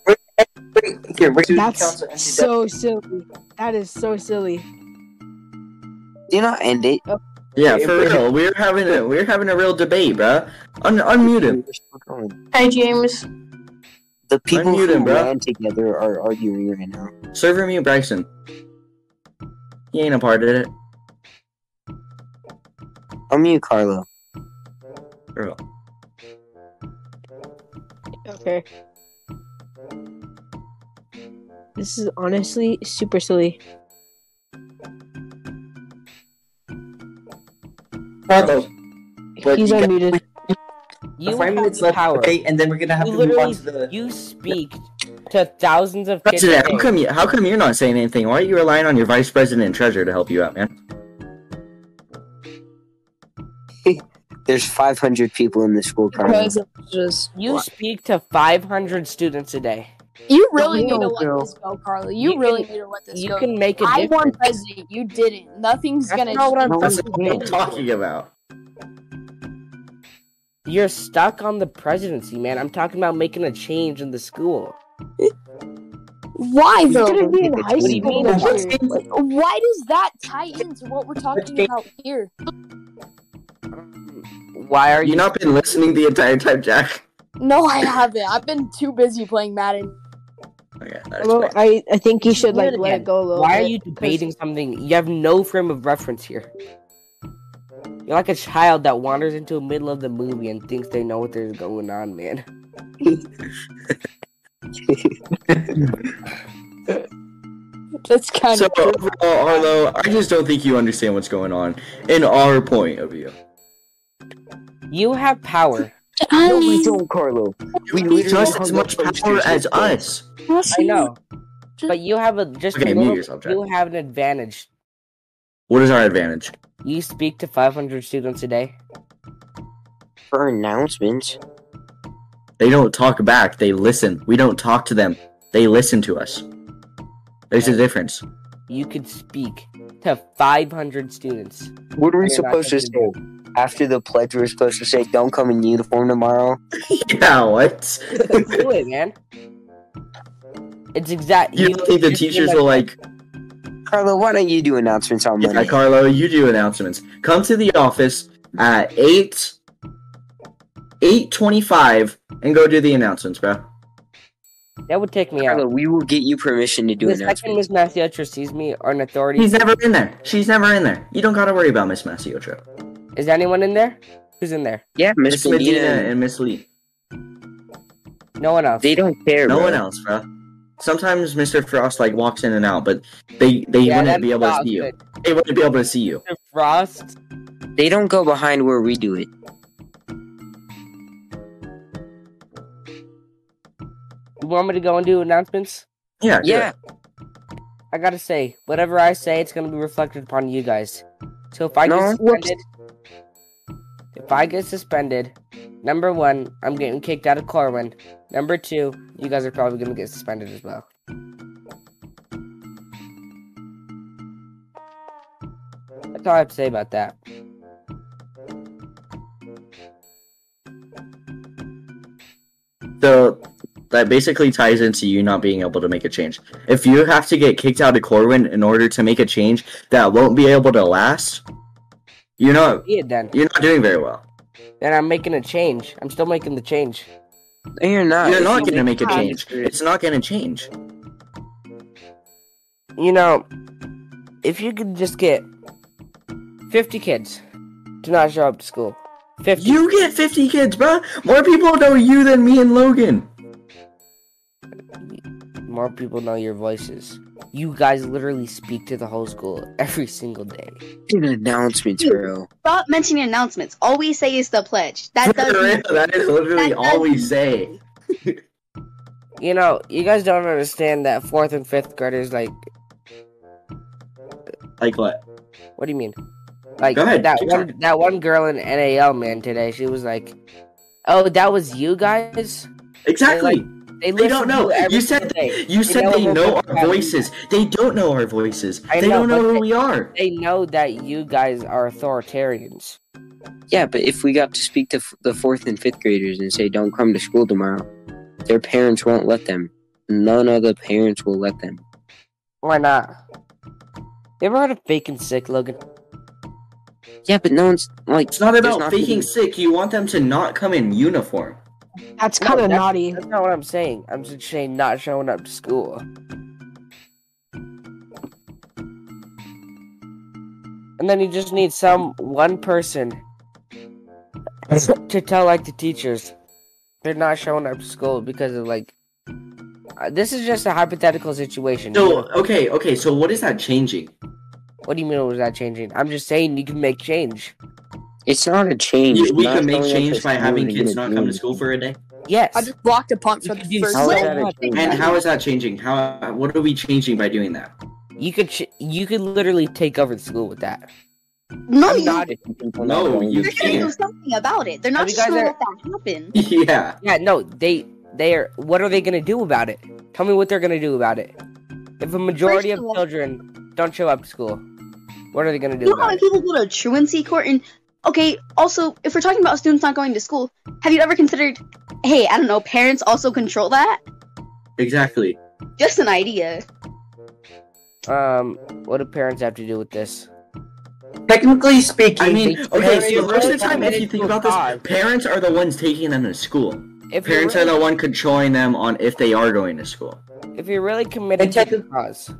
Speaker 2: wait, here, we're gonna do Council Empty
Speaker 1: That's so silly. That is so silly.
Speaker 8: Did not end it.
Speaker 5: Yeah, for real. We're having a we're having a real debate, bruh. Un- unmute him.
Speaker 8: We're still going.
Speaker 3: Hey, James.
Speaker 8: The people
Speaker 5: Unmute
Speaker 8: who
Speaker 5: him, bro.
Speaker 8: ran together are arguing right now.
Speaker 5: Server mute Bryson. He ain't a part of it.
Speaker 8: Unmute Carlo.
Speaker 5: For real.
Speaker 1: Okay. This is honestly super silly.
Speaker 2: Carlo, But
Speaker 1: He's
Speaker 2: you got-
Speaker 1: unmuted.
Speaker 4: you
Speaker 2: five
Speaker 4: have
Speaker 2: minutes
Speaker 4: the
Speaker 2: left.
Speaker 4: power.
Speaker 2: Okay, and then we're gonna have
Speaker 4: You
Speaker 2: to move on
Speaker 4: literally
Speaker 2: to the.
Speaker 4: you speak to thousands of kids.
Speaker 5: President,
Speaker 4: a
Speaker 5: how
Speaker 4: day.
Speaker 5: come you how come you're not saying anything? Why are you relying on your vice president and treasurer to help you out, man?
Speaker 8: There's 500 people in the school, Carlo.
Speaker 3: Because it's just
Speaker 4: You speak to 500 students a day.
Speaker 3: you really need
Speaker 8: Don't
Speaker 3: to
Speaker 8: know, bro.
Speaker 3: let this go, Carly. You,
Speaker 4: You
Speaker 3: really
Speaker 4: can-
Speaker 3: need to let this
Speaker 4: You
Speaker 3: go.
Speaker 4: can make a
Speaker 3: I
Speaker 4: difference.
Speaker 3: won president. You didn't. Nothing's
Speaker 4: That's
Speaker 3: gonna.
Speaker 4: not what I'm
Speaker 8: No,
Speaker 5: That's
Speaker 8: we
Speaker 5: what I'm
Speaker 8: can't.
Speaker 5: talking about.
Speaker 4: You're stuck on the presidency, man. I'm talking about making a change in the school.
Speaker 3: Why
Speaker 1: He's
Speaker 3: though?
Speaker 1: gonna be in
Speaker 8: What
Speaker 1: high
Speaker 8: do you
Speaker 1: school
Speaker 8: mean?
Speaker 1: next year.
Speaker 3: Why does that tie into what we're talking about here?
Speaker 4: Why are
Speaker 5: Have you
Speaker 4: you
Speaker 5: not been listening the entire time, Jack?
Speaker 3: No, I haven't. I've been too busy playing Madden.
Speaker 5: Okay, that
Speaker 1: Well,
Speaker 5: explains-
Speaker 1: I, I think you should
Speaker 4: Do it
Speaker 1: like let
Speaker 4: again.
Speaker 1: it go a little
Speaker 4: Why are
Speaker 1: bit,
Speaker 4: you
Speaker 1: 'cause
Speaker 4: debating something? You have no frame of reference here. You're like a child that wanders into the middle of the movie and thinks they know what there's going on, man.
Speaker 3: That's kind
Speaker 5: So
Speaker 3: of.
Speaker 5: overall, Arlo, I just don't think you understand what's going on in our point of view.
Speaker 4: You have power.
Speaker 8: No, we don't, Carlo. We
Speaker 5: You
Speaker 8: literally
Speaker 5: just
Speaker 8: hung
Speaker 5: as
Speaker 8: up
Speaker 5: much power
Speaker 8: posters
Speaker 5: as
Speaker 8: with them.
Speaker 5: us.
Speaker 4: I know. But you have a just
Speaker 5: Okay,
Speaker 4: a
Speaker 5: mute
Speaker 4: little,
Speaker 5: yourself, Jack.
Speaker 4: you have an advantage.
Speaker 5: What is our advantage?
Speaker 4: You speak to 500 students a day.
Speaker 8: For announcements.
Speaker 5: They don't talk back. They listen. We don't talk to them. They listen to us. There's a difference.
Speaker 4: You could speak to 500 students.
Speaker 8: What are
Speaker 4: You're
Speaker 8: we
Speaker 4: not
Speaker 8: supposed to say?
Speaker 4: gonna
Speaker 8: After the pledge, we're supposed to say, don't come in uniform tomorrow.
Speaker 5: yeah, what?
Speaker 4: Do it, man. It's exact.
Speaker 5: you don't think the
Speaker 4: it's
Speaker 5: teachers
Speaker 4: like-
Speaker 5: will like?
Speaker 8: Carlo, why don't you do announcements on
Speaker 5: Yeah,
Speaker 8: Monday?
Speaker 5: Carlo, you do announcements. Come to the office at eight 8:25 and go do the announcements, bro.
Speaker 4: That would take me
Speaker 8: Carla,
Speaker 4: out.
Speaker 8: we will get you permission to do
Speaker 4: The second
Speaker 8: announcements.
Speaker 4: Miss Mathiotra sees me or an authority.
Speaker 5: He's never in there. She's never in there. You don't gotta worry about Miss Masiotra.
Speaker 4: Is anyone in there? Who's in there?
Speaker 8: Yeah, Miss
Speaker 5: Miss Medina
Speaker 8: Medina.
Speaker 5: and Miss Lee.
Speaker 4: No one else.
Speaker 8: They don't care.
Speaker 5: No
Speaker 8: bro.
Speaker 5: one else, bro. Sometimes Mr. Frost like walks in and out, but they they wouldn't
Speaker 4: that's
Speaker 5: be able to
Speaker 4: not
Speaker 5: see you.
Speaker 4: good.
Speaker 5: They wouldn't be able to see you.
Speaker 4: Mr. Frost.
Speaker 8: They don't go behind where we do it.
Speaker 4: You want me to go and do announcements?
Speaker 5: Yeah. do
Speaker 8: Yeah,
Speaker 5: it.
Speaker 4: I gotta say, whatever I say, it's gonna be reflected upon you guys. So if I
Speaker 8: No.
Speaker 4: get suspended, if I get suspended, number one, I'm getting kicked out of Corwin. Number two, you guys are probably gonna get suspended as well. That's all I have to say about that.
Speaker 5: So that basically ties into you not being able to make a change. If you have to get kicked out of Corwin in order to make a change that won't be able to last, you're not
Speaker 4: Yeah, then.
Speaker 5: you're not doing very well.
Speaker 4: Then I'm making a change. I'm still making the change.
Speaker 8: No, you're not.
Speaker 5: You're
Speaker 8: It's
Speaker 5: not gonna make a
Speaker 8: not.
Speaker 5: change. It's not gonna change.
Speaker 4: You know, if you could just get 50 kids to not show up to school, 50.
Speaker 5: You get 50 kids, bruh! More people know you than me and Logan.
Speaker 4: more people know your voices. You guys literally speak to the whole school every single day.
Speaker 8: Fucking announcements,
Speaker 10: Dude.
Speaker 8: bro.
Speaker 10: Stop mentioning announcements. All we say is the pledge. That does.
Speaker 5: that is literally
Speaker 10: that
Speaker 5: all we
Speaker 10: does-
Speaker 5: say.
Speaker 4: You know, you guys don't understand that fourth and fifth graders like.
Speaker 5: Like what?
Speaker 4: What do you mean? Like
Speaker 5: Go ahead,
Speaker 4: that
Speaker 5: keep
Speaker 4: one that one girl in NAL man today. She was like, "Oh, that was you guys."
Speaker 5: Exactly.
Speaker 4: They,
Speaker 5: they
Speaker 4: listen
Speaker 5: don't
Speaker 4: to
Speaker 5: know.
Speaker 4: every
Speaker 5: You said
Speaker 4: single day.
Speaker 5: you said
Speaker 4: know
Speaker 5: they
Speaker 4: what
Speaker 5: know
Speaker 4: we're
Speaker 5: our
Speaker 4: talking
Speaker 5: voices. They don't know our voices.
Speaker 4: I
Speaker 5: They
Speaker 4: know,
Speaker 5: don't know
Speaker 4: but
Speaker 5: who
Speaker 4: they-
Speaker 5: we are.
Speaker 4: They know that you guys are authoritarians.
Speaker 8: Yeah, but if we got to speak to f- the fourth and fifth graders and say, don't come to school tomorrow, their parents won't let them. None of the parents will let them.
Speaker 4: Why not? You ever heard of bacon sick, Logan?
Speaker 8: Yeah, but no one's like.
Speaker 5: It's not
Speaker 8: there's
Speaker 5: about
Speaker 8: gonna
Speaker 5: faking
Speaker 8: be-
Speaker 5: sick. You want them to not come in uniform.
Speaker 1: That's
Speaker 4: No,
Speaker 1: kind of
Speaker 4: that's-
Speaker 1: naughty.
Speaker 4: That's not what I'm saying. I'm just saying not showing up to school. And then you just need some one person to tell like the teachers they're not showing up to school because of like uh, this is just a hypothetical situation.
Speaker 5: So okay, okay. So what is that changing?
Speaker 4: what do you mean was that changing? I'm just saying you can make change.
Speaker 8: It's not a change.
Speaker 5: You- we
Speaker 8: Not
Speaker 5: can make
Speaker 8: showing up
Speaker 5: change
Speaker 8: to
Speaker 5: by
Speaker 8: school
Speaker 5: having
Speaker 8: is
Speaker 5: kids
Speaker 8: gonna
Speaker 5: not
Speaker 8: do
Speaker 5: come to
Speaker 8: anything.
Speaker 5: school for a day.
Speaker 4: Yes.
Speaker 3: I just blocked a punt for
Speaker 4: You
Speaker 3: the
Speaker 4: could do
Speaker 3: first
Speaker 8: so
Speaker 4: something
Speaker 8: much.
Speaker 3: time.
Speaker 4: about it.
Speaker 5: And how is that changing? How? What are we changing by doing that?
Speaker 4: you could ch- you could literally take over the school with that.
Speaker 10: No,
Speaker 4: I'm
Speaker 10: you,
Speaker 4: not
Speaker 5: No,
Speaker 8: People not going
Speaker 5: you
Speaker 10: they're
Speaker 8: to
Speaker 10: gonna
Speaker 5: can't.
Speaker 10: do something about it. They're not
Speaker 4: Have you
Speaker 10: just
Speaker 4: guys
Speaker 10: gonna
Speaker 4: ever-
Speaker 10: let that happen.
Speaker 5: yeah.
Speaker 4: Yeah, no, they they are. What are they gonna do about it? Tell me what they're gonna do about it. If a majority
Speaker 10: First
Speaker 4: of
Speaker 10: of all-
Speaker 4: children don't show up to school, what are they gonna do
Speaker 10: You know how
Speaker 4: about
Speaker 10: many
Speaker 4: it?
Speaker 10: people go to truancy court and okay, also if we're talking about students not going to school, have you ever considered hey, I don't know, parents also control that?
Speaker 5: Exactly.
Speaker 10: Just an idea.
Speaker 4: Um, what do parents have to do with this?
Speaker 2: Technically speaking,
Speaker 5: I mean,
Speaker 4: They-
Speaker 5: okay,
Speaker 4: they
Speaker 5: so most of the
Speaker 4: really
Speaker 5: time, if you think about
Speaker 4: cause-
Speaker 5: this, parents are the ones taking them to school.
Speaker 4: If you're
Speaker 5: Parents are
Speaker 4: really,
Speaker 5: the one controlling them on if they are going to school.
Speaker 4: if you're really committed
Speaker 2: And
Speaker 4: to the
Speaker 2: technic-
Speaker 4: cause,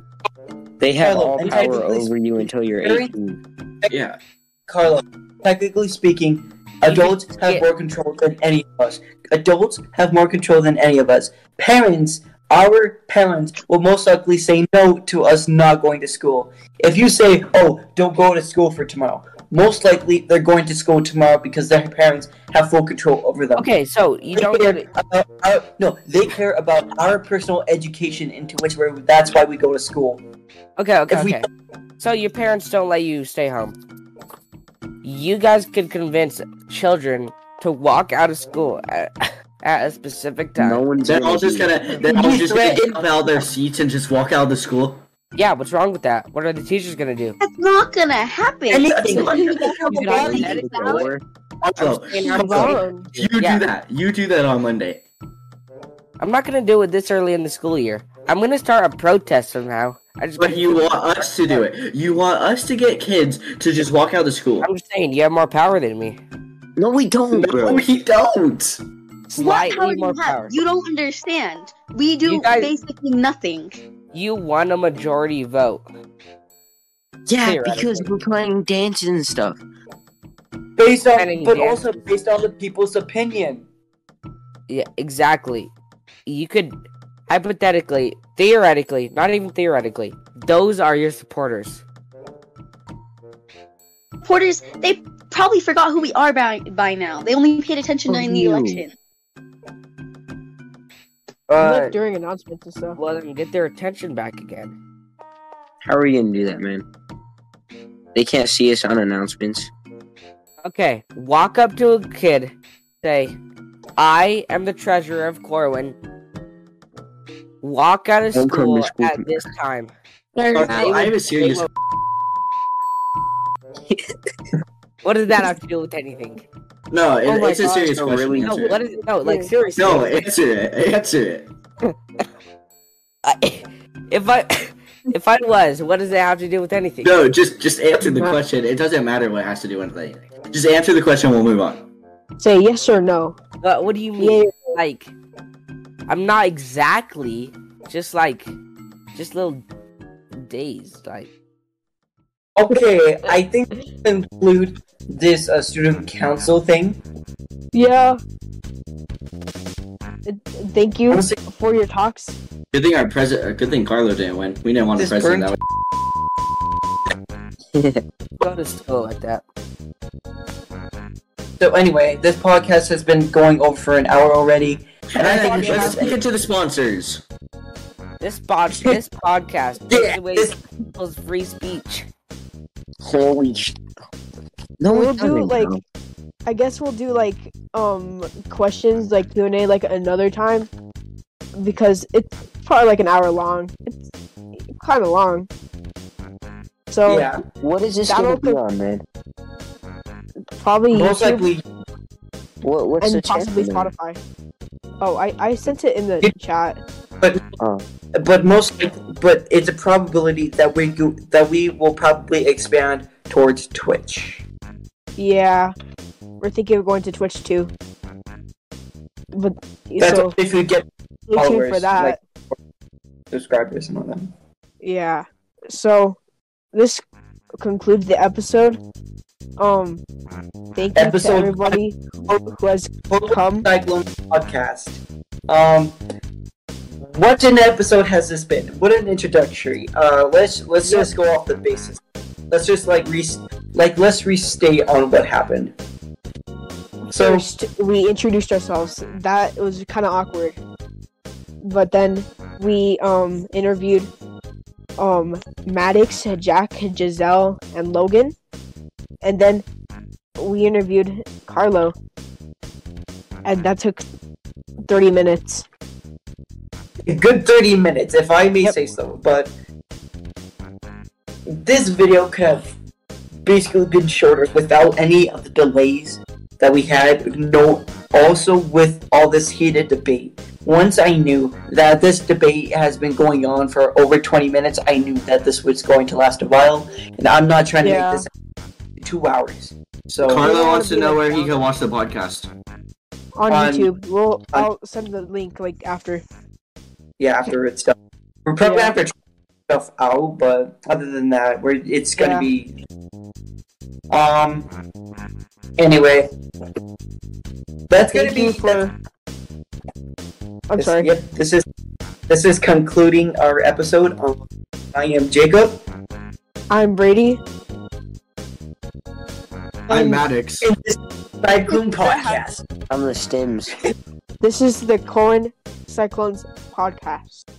Speaker 8: They have
Speaker 2: Hello,
Speaker 8: all
Speaker 2: and
Speaker 8: power
Speaker 2: technically
Speaker 8: over you until you're
Speaker 2: parents-
Speaker 8: 18.
Speaker 5: Yeah.
Speaker 2: Carla, technically speaking, adults have
Speaker 4: yeah.
Speaker 2: more control than any of us. Adults have more control than any of us. Parents, our parents, will most likely say no to us not going to school. If you say, oh, don't go to school for tomorrow, most likely they're going to school tomorrow because their parents have full control over them.
Speaker 4: okay, so you
Speaker 2: They
Speaker 4: don't
Speaker 2: care
Speaker 4: get it.
Speaker 2: about our- no, they care about our personal education into which we're, that's why we go to school.
Speaker 4: Okay, okay,
Speaker 2: If we-
Speaker 4: okay. So your parents don't let you stay home. You guys could convince children to walk out of school at, at a specific time.
Speaker 8: No one's
Speaker 5: They're
Speaker 8: gonna
Speaker 5: all just
Speaker 8: do
Speaker 5: gonna, they're all just gonna get up out of their seats and just walk out of the school.
Speaker 4: Yeah, what's wrong with that? What are the teachers gonna do?
Speaker 10: That's not gonna happen.
Speaker 2: Anything.
Speaker 4: You could either
Speaker 10: Well,
Speaker 4: let it
Speaker 10: you
Speaker 4: go,
Speaker 10: know,
Speaker 4: or-
Speaker 5: Also,
Speaker 4: saying I'm
Speaker 5: also,
Speaker 4: sorry.
Speaker 5: you
Speaker 4: Yeah.
Speaker 5: do that. You do that on Monday.
Speaker 4: I'm not gonna do it this early in the school year. I'm gonna start a protest somehow. I just
Speaker 5: But you want us to do it. You want us to get kids to just walk out of the school.
Speaker 4: I'm just saying you have more power than me.
Speaker 8: No, we don't,
Speaker 5: No,
Speaker 8: bro.
Speaker 5: he don't.
Speaker 10: What
Speaker 4: Slightly
Speaker 10: power do
Speaker 4: more
Speaker 10: you have?
Speaker 4: power.
Speaker 10: You don't understand. We do
Speaker 4: You guys-
Speaker 10: basically nothing.
Speaker 4: You won a majority vote.
Speaker 8: Yeah,
Speaker 4: Theoretically.
Speaker 8: because we're playing dances and stuff.
Speaker 2: Based
Speaker 4: And he
Speaker 2: on, but
Speaker 4: danced.
Speaker 2: also based on the people's opinion.
Speaker 4: Yeah, exactly. You could hypothetically, theoretically, not even theoretically, those are your supporters.
Speaker 10: Porters, they probably forgot who we are by, by now. They only paid attention during the
Speaker 8: you.
Speaker 10: election.
Speaker 1: Like
Speaker 4: Uh,
Speaker 1: during announcements and stuff.
Speaker 4: let them get their attention back again.
Speaker 8: How are you gonna do that, man? They can't see us on announcements.
Speaker 4: Okay, walk up to a kid, say, "I am the treasurer of Corwin." Walk out of
Speaker 8: Don't come
Speaker 4: school
Speaker 8: to school
Speaker 4: at
Speaker 8: tomorrow.
Speaker 4: this time.
Speaker 5: Carlo, Uh, I have a serious.
Speaker 4: What does that have to do with anything?
Speaker 5: No, it,
Speaker 4: Oh my
Speaker 5: it's a
Speaker 4: gosh,
Speaker 5: serious
Speaker 8: no,
Speaker 5: question.
Speaker 8: really?
Speaker 4: No,
Speaker 5: answer it.
Speaker 4: what is no like seriously?
Speaker 5: No, answer it. Answer it.
Speaker 4: I- if I if I was, what does that have to do with anything?
Speaker 5: No, just just answer the question. It doesn't matter what it has to do with anything. Just answer the question. We'll move on.
Speaker 1: Say yes or no.
Speaker 4: What, what do you mean? Like, I'm not exactly just like just little dazed. Like,
Speaker 2: Okay, I think we should include this uh, student council thing.
Speaker 1: Yeah. Uh, Thank you
Speaker 2: Honestly-
Speaker 1: for your talks.
Speaker 5: Good thing our president. Good thing Carlo didn't win. We didn't want a
Speaker 2: This
Speaker 5: president.
Speaker 2: burnt-
Speaker 5: That way.
Speaker 4: go to school like that.
Speaker 2: So anyway, this podcast has been going over for an hour already.
Speaker 5: And I think
Speaker 4: Yeah.
Speaker 5: let's speak it to the sponsors.
Speaker 4: This pod, this podcast, takes
Speaker 2: Yeah,
Speaker 4: away
Speaker 2: this-
Speaker 4: people's free speech.
Speaker 8: Holy sh- No,
Speaker 1: We'll
Speaker 8: it
Speaker 1: do,
Speaker 8: doesn't,
Speaker 1: like-
Speaker 8: bro.
Speaker 1: I guess we'll do like um questions like Q and A like another time because it's probably like an hour long. It's kind of long. So
Speaker 2: yeah,
Speaker 8: What is this
Speaker 1: That
Speaker 8: gonna
Speaker 1: also-
Speaker 8: be on, man?
Speaker 1: probably
Speaker 2: most
Speaker 1: YouTube
Speaker 2: likely
Speaker 8: What what's the
Speaker 1: and
Speaker 8: channel
Speaker 1: possibly
Speaker 8: name?
Speaker 1: Spotify. Oh, I I sent it in the
Speaker 2: Yeah.
Speaker 1: chat.
Speaker 2: but most but it's a probability that we go, that we will probably expand towards Twitch.
Speaker 1: Yeah, we're thinking of going to Twitch too. But
Speaker 2: That's
Speaker 1: so
Speaker 2: if we get
Speaker 1: stay tuned for
Speaker 2: followers,
Speaker 1: that.
Speaker 2: like- subscribers and all that.
Speaker 1: Yeah. So this concludes the episode. Um thank you
Speaker 2: Episode-
Speaker 1: to everybody who has come.
Speaker 2: Cyclone podcast. Um, what an episode has this been? What an introductory. Uh, let's let's just go off the basis. Let's just like re like let's restate on what happened. So
Speaker 1: First we introduced ourselves. That was kinda awkward. But then we um interviewed um Maddox, Jack, Giselle, and Logan. And then we interviewed Carlo. And that took thirty minutes.
Speaker 2: a good thirty minutes, if I may
Speaker 1: Yep.
Speaker 2: say so. But this video could have basically been shorter without any of the delays that we had. No, also with all this heated debate. Once I knew that this debate has been going on for over 20 minutes, I knew that this was going to last a while, and I'm not trying to
Speaker 1: Yeah.
Speaker 2: make this two hours. So
Speaker 5: Carlo wants to
Speaker 1: be
Speaker 5: know
Speaker 1: like
Speaker 5: where he
Speaker 1: that.
Speaker 5: can watch the podcast.
Speaker 1: on,
Speaker 2: on-
Speaker 1: YouTube. We'll
Speaker 2: on-
Speaker 1: I'll send the link like after.
Speaker 2: yeah, after it's done, we're probably
Speaker 1: Yeah.
Speaker 2: after stuff out, but other than that, we're it's gonna
Speaker 1: Yeah.
Speaker 2: be. Um. Anyway, that's gonna
Speaker 1: Thank you
Speaker 2: be.
Speaker 1: for. I'm
Speaker 2: this,
Speaker 1: sorry.
Speaker 2: Yep, this is this is concluding our episode. Um, I am Jacob.
Speaker 1: I'm Brady.
Speaker 5: I'm Maddox.
Speaker 2: in this Tycoon podcast.
Speaker 8: I'm the Stims.
Speaker 1: This is the Cohen Cyclones podcast.